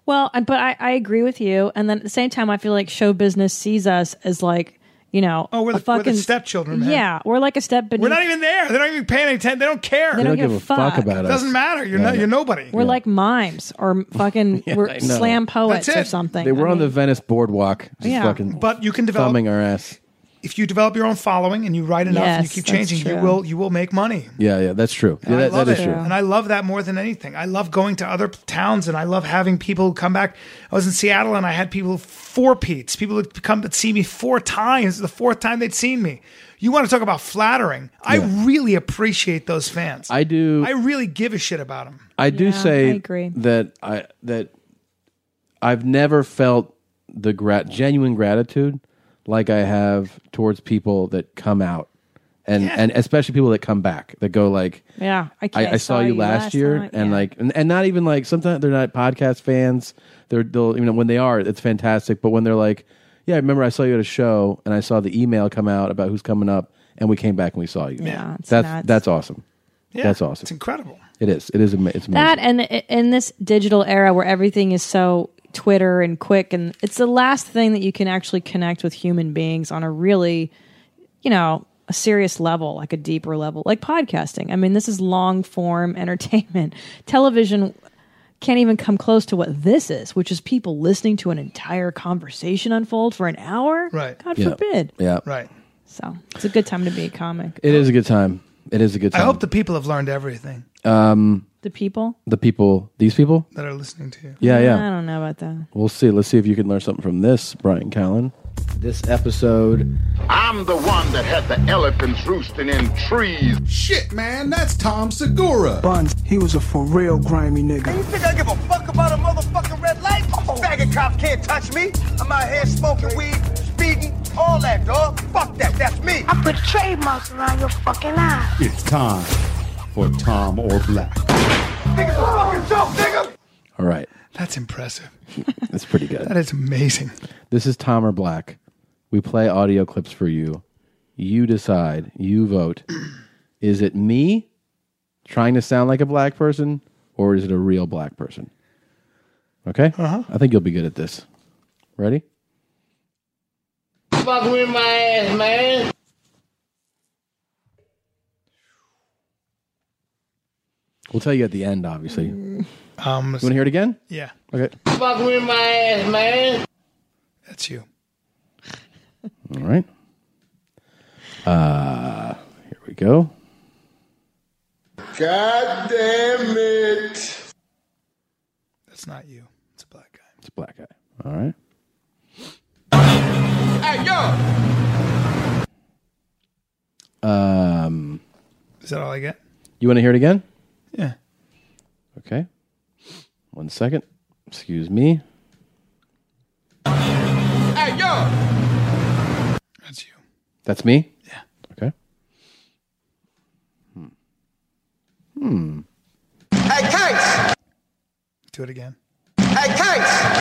Well, and- but I, I agree with you. And then at the same time, I feel like show business sees us as like, you know, Oh, a we're the- we're the fucking stepchildren, man. Yeah, we're like a step beneath. We're not even there. They don't even pay any attention. They don't care. Mm. They I don't don't give give a a fuck, fuck. about it us. doesn't matter. You're Yeah. no, you're nobody. we're like mimes or fucking we're I know. slam poets That's or it. something. They were I on the mean, Venice boardwalk, just Yeah. fucking but you can develop thumbing our ass. if you develop your own following and you write enough and you Yes, keep that's changing, you true. will you will make money. Yeah, yeah, that's true. Yeah, I that, love that is it. true. And I love that more than anything. I love going to other p- towns and I love having people come back. I was in Seattle and I had people four peats, people that come to see me four times, the fourth time they'd seen me. You want to talk about flattering? I really appreciate those fans. I do. I really give a shit about them. I do Yeah, say I agree. that I that I've never felt the gra- genuine gratitude like I have towards people that come out and and especially people that come back that go like, Yeah, I, I, can't- I saw you last, year, time, and yeah. like, and, and not even like sometimes they're not podcast fans. They're they'll you know when they are, it's fantastic. But when they're like, yeah, I remember I saw you at a show, and I saw the email come out about who's coming up, and we came back and we saw you. Yeah, it's that's nuts. that's awesome. Yeah, that's awesome. It's incredible. It is. It is. ama- It's amazing. that, and i- in this digital era where everything is so Twitter and quick, and it's the last thing that you can actually connect with human beings on a really, you know, a serious level, like a deeper level, like podcasting. I mean, this is long form entertainment. Television can't even come close to what this is, which is people listening to an entire conversation unfold for an hour. Right. God Yeah. forbid. Yeah. Right. So it's a good time to be a comic. It is a good time. It is a good I time. hope the people have learned everything The people. the people, these people. that are listening to you. Yeah, yeah. I don't know about that. We'll see. Let's see if you can learn something from this, Brian Callen. This episode. I'm the one that had the elephants roosting in trees. Shit, man, that's Tom Segura. Buns, he was a for real grimy nigga. You think I give a fuck about a motherfucking red light? Oh. Faggot cop can't touch me. I'm out here smoking weed, speeding, all that, dog. Fuck that, that's me. I put trademarks around your fucking eyes. It's time for Tom or Black. Nigga's a fucking joke, nigga. All right. That's impressive. That's pretty good. That is amazing. This is Tom or Black. We play audio clips for you. You decide. You vote. Is it me trying to sound like a black person or is it a real black person? Okay? Uh-huh. I think you'll be good at this. Ready? Fuck with my ass, man. We'll tell you at the end, obviously. You Um, want to hear it again? yeah, Okay. Fuck with my ass, man. that's you. All right. Uh, here we go. God damn it. That's not you. It's a black guy. It's a black guy. All right. Hey, yo. Um, Is that all I get? you want to hear it again? Yeah. Okay. One second. Excuse me. Hey, yo. That's you. That's me? Yeah. Okay. Hey, Cakes. Do it again. Hey, Cakes.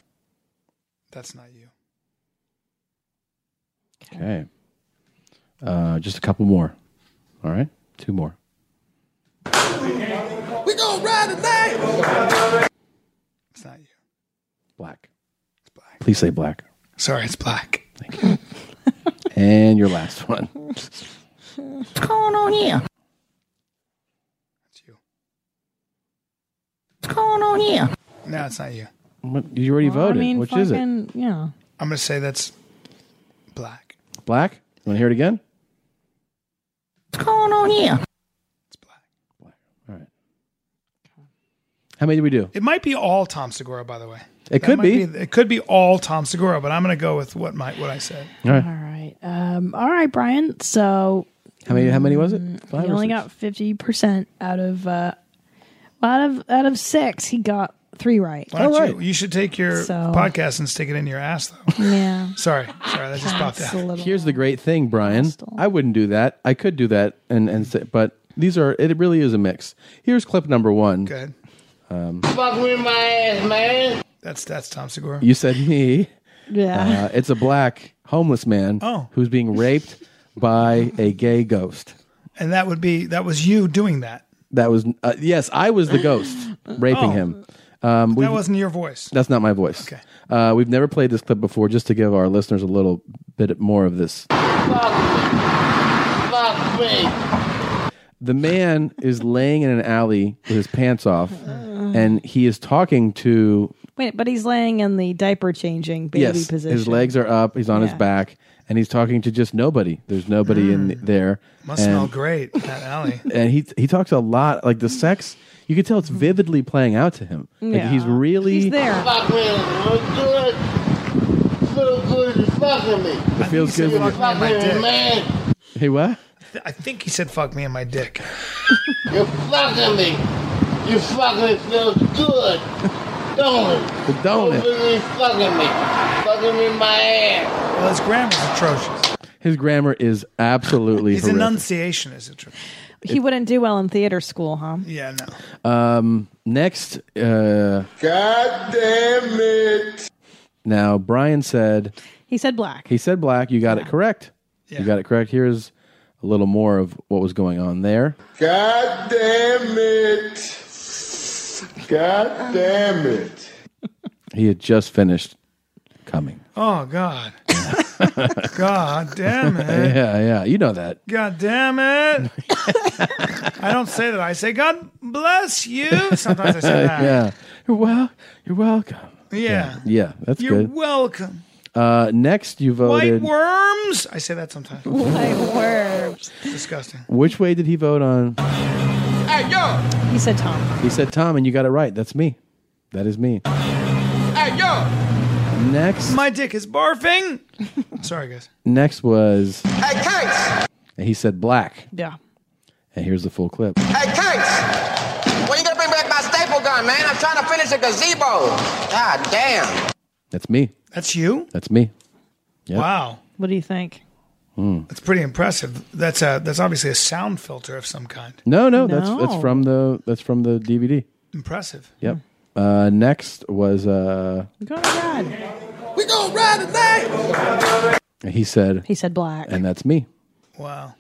That's not you. Okay. Uh, just a couple more. All right. Two more. We gonna ride tonight. It's not you. Black. It's black. Please say black. Sorry, it's black. And your last one. What's going on here? That's you. What's going on here? No, it's not you. What- You already Well, voted. I mean, Which fucking, is it? Yeah. I'm gonna say that's black. Black? You want to hear it again? What's going on here? It's black. All right. How many did we do? It might be all Tom Segura, by the way. It That could might be. It could be all Tom Segura, but I'm gonna go with what my what I said. All right. Um, all right, Brian. So How many? How many was it? Five he or Mm, only six? got fifty percent out of uh, well, out of out of six. He got three right. Why don't All you? right. You should take your So- podcast and stick it in your ass, though. Yeah. Sorry, sorry, that just popped It's out. a little- Here's the great thing, Brian. Hostile. I wouldn't do that. I could do that, and and say, but these are it. Really is a mix. Here's clip number one. Good. Fuck with my ass, man. That's that's Tom Segura. You said me. yeah. Uh, it's a black homeless man Oh. who's being raped by a gay ghost. and that would be that was you doing that. That was uh, yes, I was the ghost raping Oh. him. Um, we That wasn't your voice. that's not my voice. Okay. Uh, we've never played this clip before, just to give our listeners a little bit more of this. Fuck me. the man is laying in an alley with his pants off and he is talking to Wait, but he's laying in the diaper changing baby yes position. his legs are up he's on Yeah. his back and he's talking to just nobody there's nobody in th- there Mm. Must and, smell great, that alley. and he he talks a lot like the sex you can tell it's vividly playing out to him like Yeah. he's really He's there. Fuck with it. Feel good to fuck with me. it feels good when you- My Fuck with me, dick. man. hey what I think he said "fuck me" and my dick. You fucking me. You fucking feel good. Don't it? the donut Overly fucking me. Fucking me in my ass. Well, his grammar's atrocious. His grammar is absolutely His horrific. enunciation is it true? He wouldn't do well in theater school, huh? Yeah, no. Um, next, uh, God damn it. now Brian said He said black. he said black. You got it correct. You got it correct. Here's a little more of what was going on there. God damn it. God damn it. He had just finished coming. Oh God. God damn it. yeah, yeah. You know that. God damn it. I don't say that. I say God bless you. Sometimes I say that. yeah. You're well. You're welcome. Yeah. Yeah, that's You're good. welcome. Uh, next, you White voted. worms. I say that sometimes. White worms. Disgusting. Which way did he vote on? Hey, yo. He said Tom. He said Tom, and you got it right. That's me. That is me. Hey, yo. Next, My dick is barfing. Sorry, guys. next was, Hey, Case. and he said black. Yeah. And here's the full clip. Hey, Case. When you gonna bring back my staple gun, man? I'm trying to finish a gazebo. God damn. That's me. That's you. That's me. Yep. Wow. What do you think? That's pretty impressive. That's a that's obviously a sound filter of some kind. No, no, that's that's No. from the that's from the DVD. Impressive. Yep. Uh, next was uh, Go to God. We gonna ride today. he said, He said black. and that's me. Wow.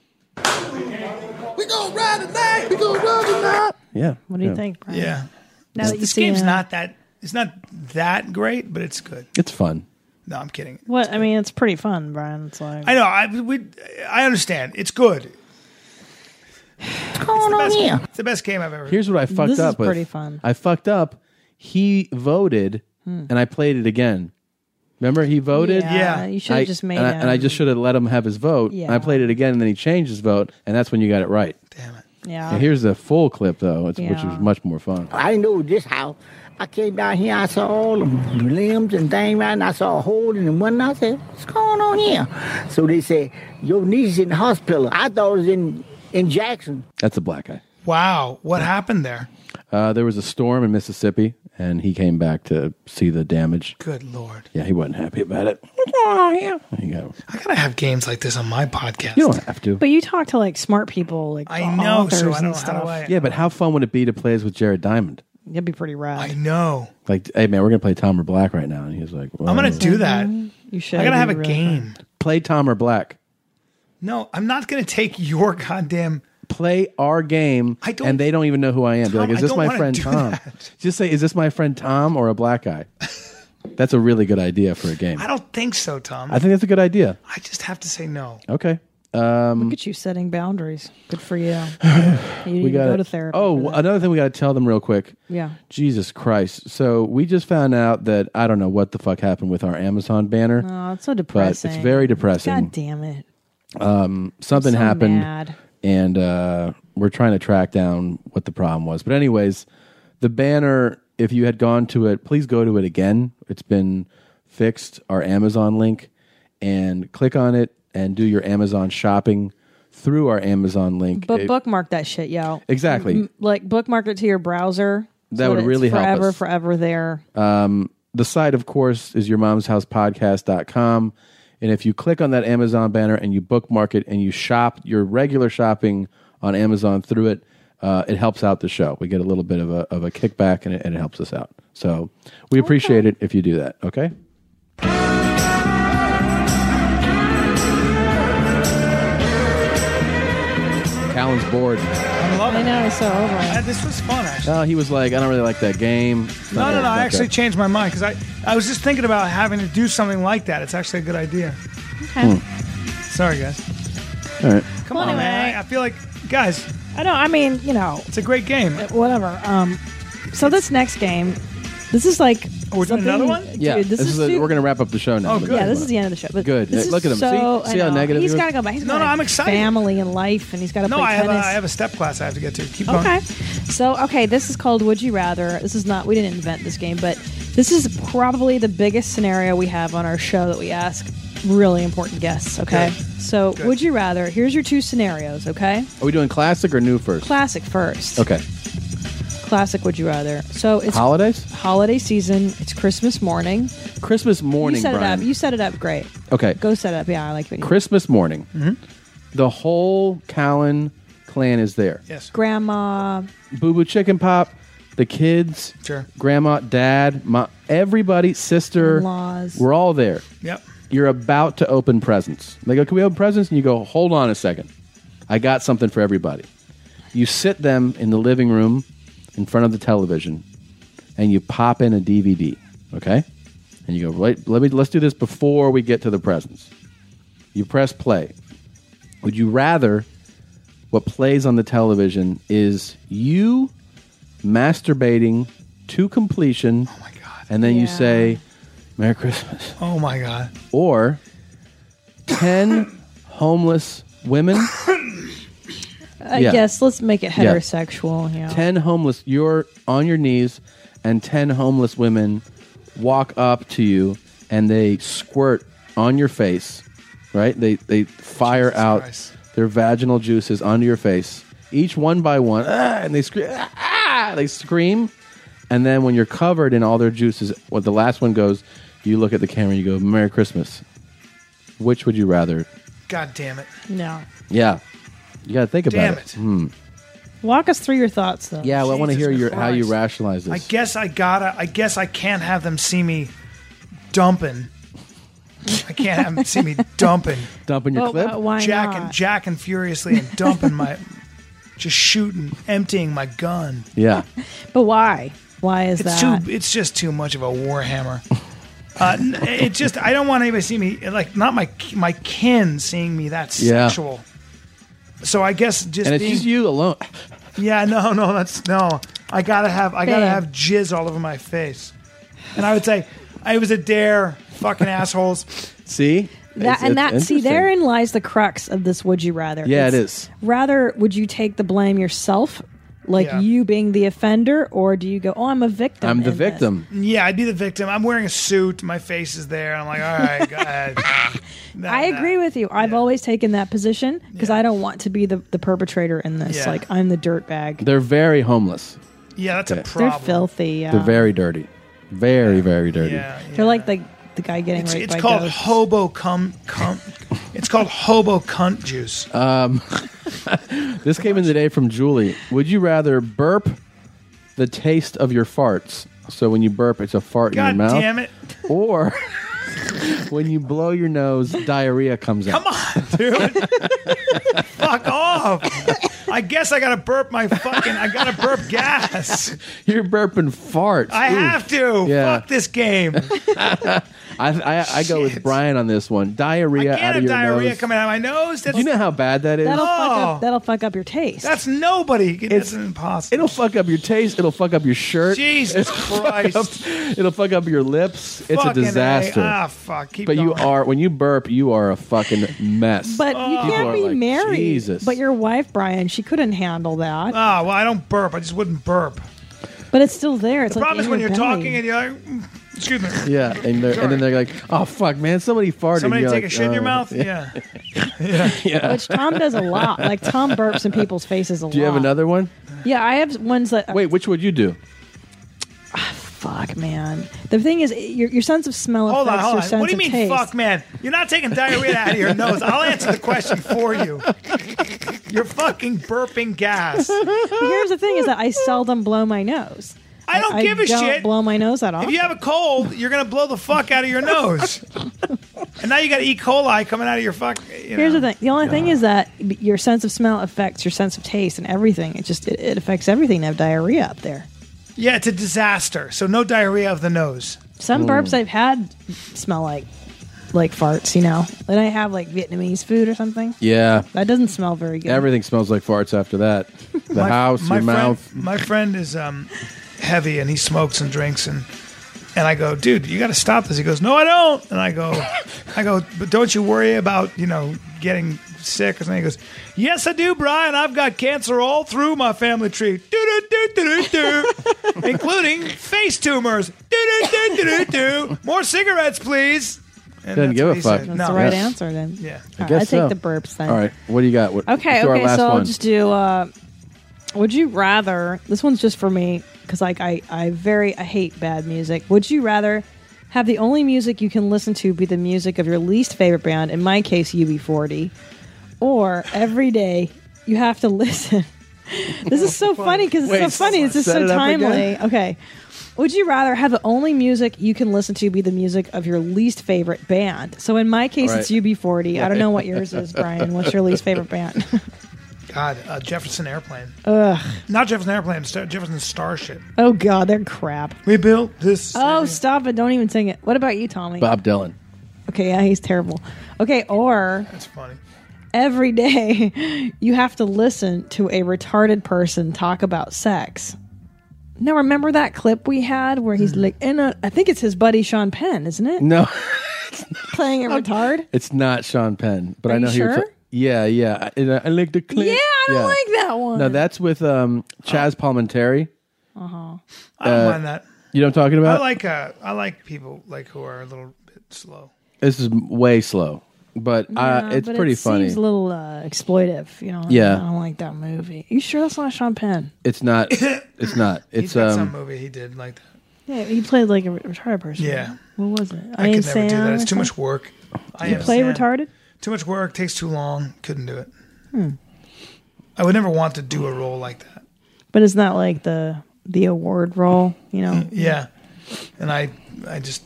We gonna ride today. We gonna ride tonight. Yeah. what do you yeah. think, Brian? Yeah. Now that you This see game's him. not that it's not that great, but it's good. It's fun. No, I'm kidding. What I mean, it's pretty fun, Brian. It's like I know. I we I understand. It's good. What's going on Best- here? It's the best game I've ever. Here's what I fucked This is up with. pretty fun. Hmm. I fucked up. He voted, and I played it again. Remember, he voted. yeah, yeah. you should I- have just made and I, him. and I just should have let him have his vote. And I Yeah. played it again, and then he changed his vote, and that's when you got it right. Damn it. yeah. And here's the full clip though, it's, which Yeah. was much more fun. I know this house. I came down here, I saw all them limbs and thing right, and I saw a hole in the one. I said, "What's going on here?" So they said, "Your niece is in the hospital." I thought it was in in Jackson. That's a black guy. Wow. What happened there? Uh, there was a storm in Mississippi, and he came back to see the damage. Good lord. Yeah, he wasn't happy about it. What's going on here? He got- I gotta have games like this on my podcast. you don't have to. But you talk to like smart people, like I know. authors So I and don't know how stuff. do I. yeah, but how fun would it be to play as with Jared Diamond? That'd be pretty rad. I know. Like, hey man, we're gonna play Tom or Black right now, and he's like, well, I'm gonna do that. you should. I gotta It'd have a be really fun. game. play Tom or Black. No, I'm not gonna take your goddamn. Play our game, I don't- and they don't even know who I am. Be Tom, like, is I this don't my wanna friend do Tom? that. Just say, is this my friend Tom or a black guy? that's a really good idea for a game. I I, don't think so, Tom. think that's a good idea. I just have to say no. Okay. Um, Look at you setting boundaries. Good for you. You didn't we even got go to therapy. Oh, for that. another thing we got to tell them real quick. yeah. Jesus Christ. So we just found out that I don't know what the fuck happened with our Amazon banner. Oh, it's so But it's depressing. very depressing. God damn it. Something so happened mad. and uh, we're trying to track down what the problem was. But anyways, the banner if you had gone to it, please go to it again. It's been fixed our Amazon link and click on it and do your Amazon shopping through our Amazon link. But It- bookmark that shit, yo. Exactly. Like bookmark it to your browser. That so would it's really help forever, us. Uh, Forever, there. the site of course is your mom's house podcast.com and if you click on that amazon banner and you bookmark it and you shop your regular shopping on amazon through it uh, it helps out the show we get a little bit of a, of a kickback and it, and it helps us out so we appreciate it if you do that okay Callan's bored. I love I it. know. It's so over. Uh, this was fun, actually. Oh, he was like, I don't really like that game. It's No, not no, good. no. I Okay. actually changed my mind because I, I was just thinking about having to do something like that. It's actually a good idea. Okay. Sorry, guys. All right. Come on, man. I, I feel like, guys, I know. I mean, you know, it's a great game. whatever. Um, so this next game, this is like. Oh, we're doing something- another one? Dude, Yeah, this, is, the- su- we're gonna wrap up the show now. Oh, But- good. Yeah, this is the end of the show. But Good. This Hey, is look at him. So, See- I see how know. negative He's he was? got to go back. He's No, gotta no, I'm have excited. Family and life, and he's got to No, play I have, a, tennis. I have a step class I have to get to. Keep going. Okay. So, okay, this is called Would You Rather. This is not, we didn't invent this game, but this is probably the biggest scenario we have on our show that we ask really important guests, okay? So, Good. Would You Rather, here's your two scenarios, okay? Are we doing classic or new first? Classic first. okay. Classic Would You Rather. So it's Holidays? Holiday season. It's Christmas morning. Christmas morning, You set Brian. it up. You set it up great. Okay. Go set it up. Yeah, I like what you Christmas morning. The whole Cowan clan is there. Yes. Grandma. Boo Boo Chicken Pop, the kids, Sure. grandma, dad, my everybody, sister, In-laws. we're all there. Yep. You're about to open presents. They go, "Can we open presents?" And you go, "Hold on a second, I got something for everybody." You sit them in the living room, in front of the television, and you pop in a DVD. Okay, and you go, "Let, let me let's do this before we get to the presents." You press play. Would you rather what plays on the television is you masturbating to completion. Oh my god! And then you Yeah. say, "Merry Christmas." Oh my god. Or ten homeless women. I Yeah. guess let's make it Yeah. heterosexual. Yeah. Ten homeless. You're on your knees, and ten homeless women walk up to you, and they squirt on your face. Right? They they fire out their vaginal juices onto your face, each one by one, ah, and they scream. Ah, they scream, and then when you're covered in all their juices, what the last one goes, you look at the camera, and you go, "Merry Christmas." Which would you rather? God damn it. No. Yeah, you got to think about Damn it. Hmm. Walk us through your thoughts, though. Yeah, well, I want to hear your how you Christ. rationalize this. I guess I gotta. I guess I can't have them see me dumping. I can't have them see me dumping. Dumping your Well, clip? uh, why jacking, not? jacking furiously and dumping my, just shooting, emptying my gun. Yeah. But why? Why is it's that? too. It's just too much of a warhammer. Uh, n- it just. I don't want anybody to see me like not my my kin seeing me that Yeah. sexual. So I guess just and it's being, just you alone. Yeah, no, no, that's no. I gotta have I gotta Babe. have jizz all over my face. And I would say, I was a dare, fucking assholes. See? That, and that see therein lies the crux of this would you rather Yeah, it is. rather would you take the blame yourself like you being the offender or do you go oh i'm a victim I'm the in this? victim. Yeah, I'd be the victim. I'm wearing a suit, my face is there, and I'm like, all right, go ahead. i agree with you i've always taken that position because i don't want to be the, the perpetrator in this Yeah. like i'm the dirtbag They're very homeless. Yeah, that's Okay. they're filthy yeah. Oh. They're very dirty. Very, very dirty. They're like the the guy getting It's, raped it's by called ghosts. hobo cum cum it's called hobo cunt juice. Um, this came in today from Julie. Would you rather burp the taste of your farts? So when you burp, it's a fart in God your mouth. damn it. Or when you blow your nose, diarrhea comes out. Come on, dude. Fuck off. I guess I gotta burp my fucking I gotta burp gas. You're burping farts. I Ooh. have to. Yeah. Fuck this game. I, I, I go with Brian on this one. Diarrhea out of your diarrhea nose. coming out of my nose. That's, Do you know how bad that is? that'll, fuck Oh. up, that'll fuck up your taste that's nobody. It's impossible. It'll fuck up your taste. It'll fuck up your shirt. Jesus It'll Christ. Fuck up, it'll fuck up your lips. It's Fucking a disaster. Ah, fuck. Keep but you going. are when you burp, you are a fucking mess. but you People can't are be like, married Jesus. but your wife brian she couldn't handle that Ah, well, I don't burp. I just wouldn't burp. but it's still there it's the like problem in is when your you're belly. talking and you're like, "Mm, excuse me. yeah, and, they're- and then they're like, "Oh fuck, man, somebody farted." Somebody You're take like, a shit in your "Oh." mouth? Yeah. yeah. yeah. Which Tom does a lot. Like Tom burps in people's faces a Do you lot. have another one? Yeah, I have ones that. Wait, which would you do? fuck, man. The thing is, your, your sense of smell Hold on, affects hold your on. sense What do you of mean, taste. fuck, man? You're not taking diarrhea out of your nose. I'll answer the question for you. You're fucking burping gas. But here's the thing: is that I seldom blow my nose. I don't give a don't shit. Blow my nose at all. If you have a cold, you're gonna blow the fuck out of your nose, and now you got E. coli coming out of your fuck. You Here's know. the thing. The only thing is that b- your sense of smell affects your sense of taste and everything. It just it, it affects everything. to have diarrhea up there. Yeah, it's a disaster. So no diarrhea of the nose. Some Mm. burps I've had smell like like farts. You know, then I have like Vietnamese food or something. Yeah, That doesn't smell very good. everything smells like farts after that. The house, my your friend, mouth. My friend is um, heavy and he smokes and drinks and and I go, dude, you got to stop this. He goes, no, I don't. And I go, I go, but don't you worry about you know getting sick or something. He goes, yes, I do, Brian. I've got cancer all through my family tree, do do do do do, including face tumors. Do do do do do do. More cigarettes, please. And Didn't that's give what a he fuck. said. That's No. the right Yes. answer then. Yeah, I All right, guess I take so. the burps then. All right, what do you got? What, Okay, let's do our okay, last so I'll one. just do uh Would you rather? This one's just for me because like I I very I hate bad music. Would you rather have the only music you can listen to be the music of your least favorite band? In my case, UB40, or every day you have to listen. this is so funny because it's Wait, so funny. It's just set so it up again? timely. Okay. Would you rather have the only music you can listen to be the music of your least favorite band? So in my case, it's Right. UB40. I don't know what yours is, Brian. What's your least favorite band? God, uh, Jefferson Airplane. Ugh. Not Jefferson Airplane, Star- Jefferson Starship. Oh God, they're crap. We built this. Oh, stop it! Don't even sing it. What about you, Tommy? Bob Dylan. Okay, yeah, he's terrible. Okay, or that's funny. Every day, you have to listen to a retarded person talk about sex. Now, remember that clip we had where he's like, and uh, I think it's his buddy Sean Penn, isn't it? No, Playing a retard. it's not Sean Penn, but Are I you know who you're sure? ta- yeah, yeah. I, and I- I like the clip. Yeah, I don't like that one. No, that's with um, Chaz Palminteri. Uh-huh. I don't Uh, mind that. You know what I'm talking I about? like uh, I like people like who are a little bit slow. this is way slow, but uh, Yeah, it's but pretty it funny. Seems a little uh, exploitive, you know. Yeah. I don't like that movie. You sure that's not Sean Penn? it's not. It's not. It's got um. some movie he did like that. Yeah, he played like a re- retarded person. Yeah. What was it? I, Am could never Sam do that. or It's too much something? work. I You Am play Sam. retarded? Too much work. Takes too long. Couldn't do it. Hmm. I would never want to do a role like that. But it's not like the the award role, you know. Yeah, and I I just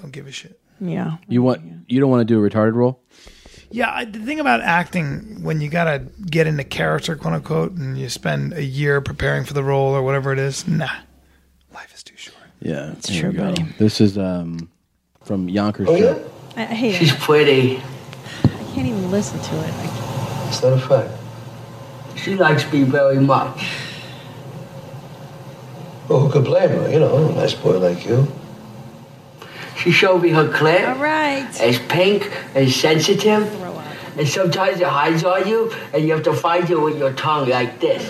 don't give a shit. Yeah. You want? You don't want to do a retarded role? Yeah, I, the thing about acting when you gotta get into character, quote unquote, and you spend a year preparing for the role or whatever it is. Nah, Yeah, it's true, buddy. This is um from Yonkers. Oh, yeah? Joe. I, I hate it. pretty. I can't even listen to it. I can't- Is that a fact? She likes me very much. Well, who could blame her? You know, a nice boy like you. She showed me her clit. All right. It's pink and sensitive. And sometimes it hides on you, and you have to find it with your tongue like this.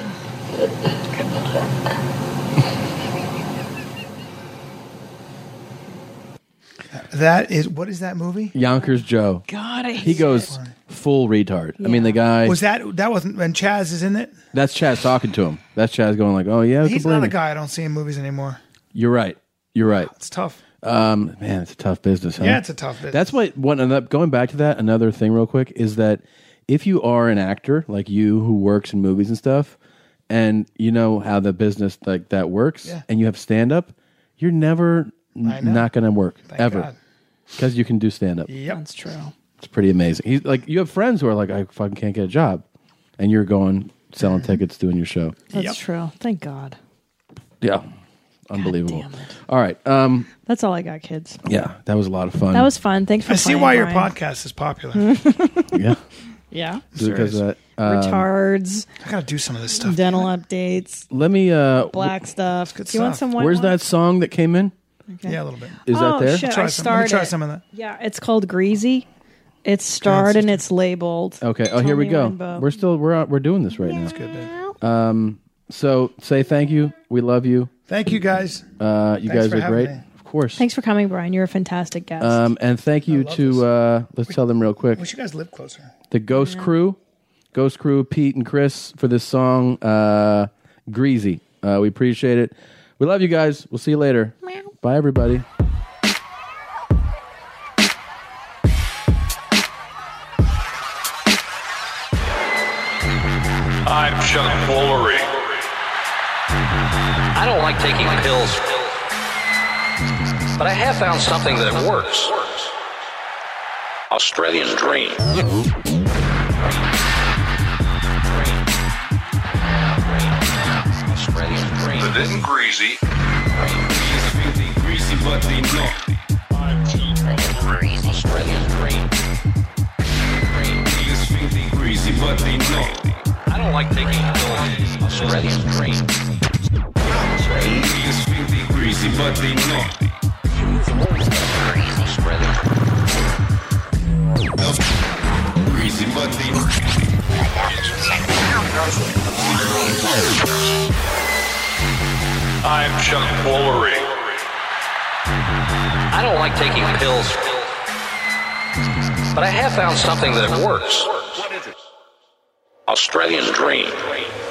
that is what is that movie? Yonkers Joe. God, I he goes full retard. I mean, the guy was that that wasn't when Chaz is in it. That's Chaz talking to him. That's Chaz going like, "Oh yeah, we can He's blame not a you." guy I don't see in movies anymore. You're right. You're right. It's tough. Um, man, it's a tough business. Huh? Yeah, it's a tough business. That's why. One and that- going back to that, another thing, real quick, is that if you are an actor like you who works in movies and stuff, and you know how the business like that works, Yeah. and you have stand up, you're never I know. n- not going to work Thank ever God. because you can do stand up. Yep, that's true. It's pretty amazing. He's like you have friends who are like, I fucking can't get a job, and you're going Mm-hmm. selling tickets, doing your show. That's true. Thank God. Yeah, unbelievable. All right. Um, That's all I got, kids. yeah, that was a lot of fun. That was fun. Thanks for I see playing, why your Brian. podcast is popular. Hmm. yeah. Yeah. Because of that, um, Retards. I gotta do some of this stuff. Dental updates. Let me. Uh, Black stuff. Do you want some white Where's wine? that song that came in? Okay. Yeah, a little bit. Is Oh, that there? Shit, I some- let me started. try some of that. Yeah, it's called Greasy. It's starred and it's labeled. Okay. Oh, here we Tony go. Rainbow. We're still we're out- we're doing this right now. That's good. Um. So say thank you. We love you. Thank you guys. Uh, you Thanks for guys are having great. me. Of course. Thanks for coming, Brian. You're a fantastic guest. Um. And thank you to uh. Let's tell them real quick. Wish you guys lived closer. The Ghost Crew, Ghost Crew, Pete and Chris for this song, uh, Greasy. Uh, we appreciate it. We love you guys. We'll see you later. Bye, everybody. I'm Chuck Woolery. I don't like taking pills, but I have found something that works. Australian Dream. The Dead and Greasy. Greasy, but they know. Australian Dream. Greasy, but they know. I don't like taking pills. Australian dream. Greasy, but they know. Greasy, but they I'm Chuck Woolery. I don't like taking pills, but I have found something that works. Australian Dream.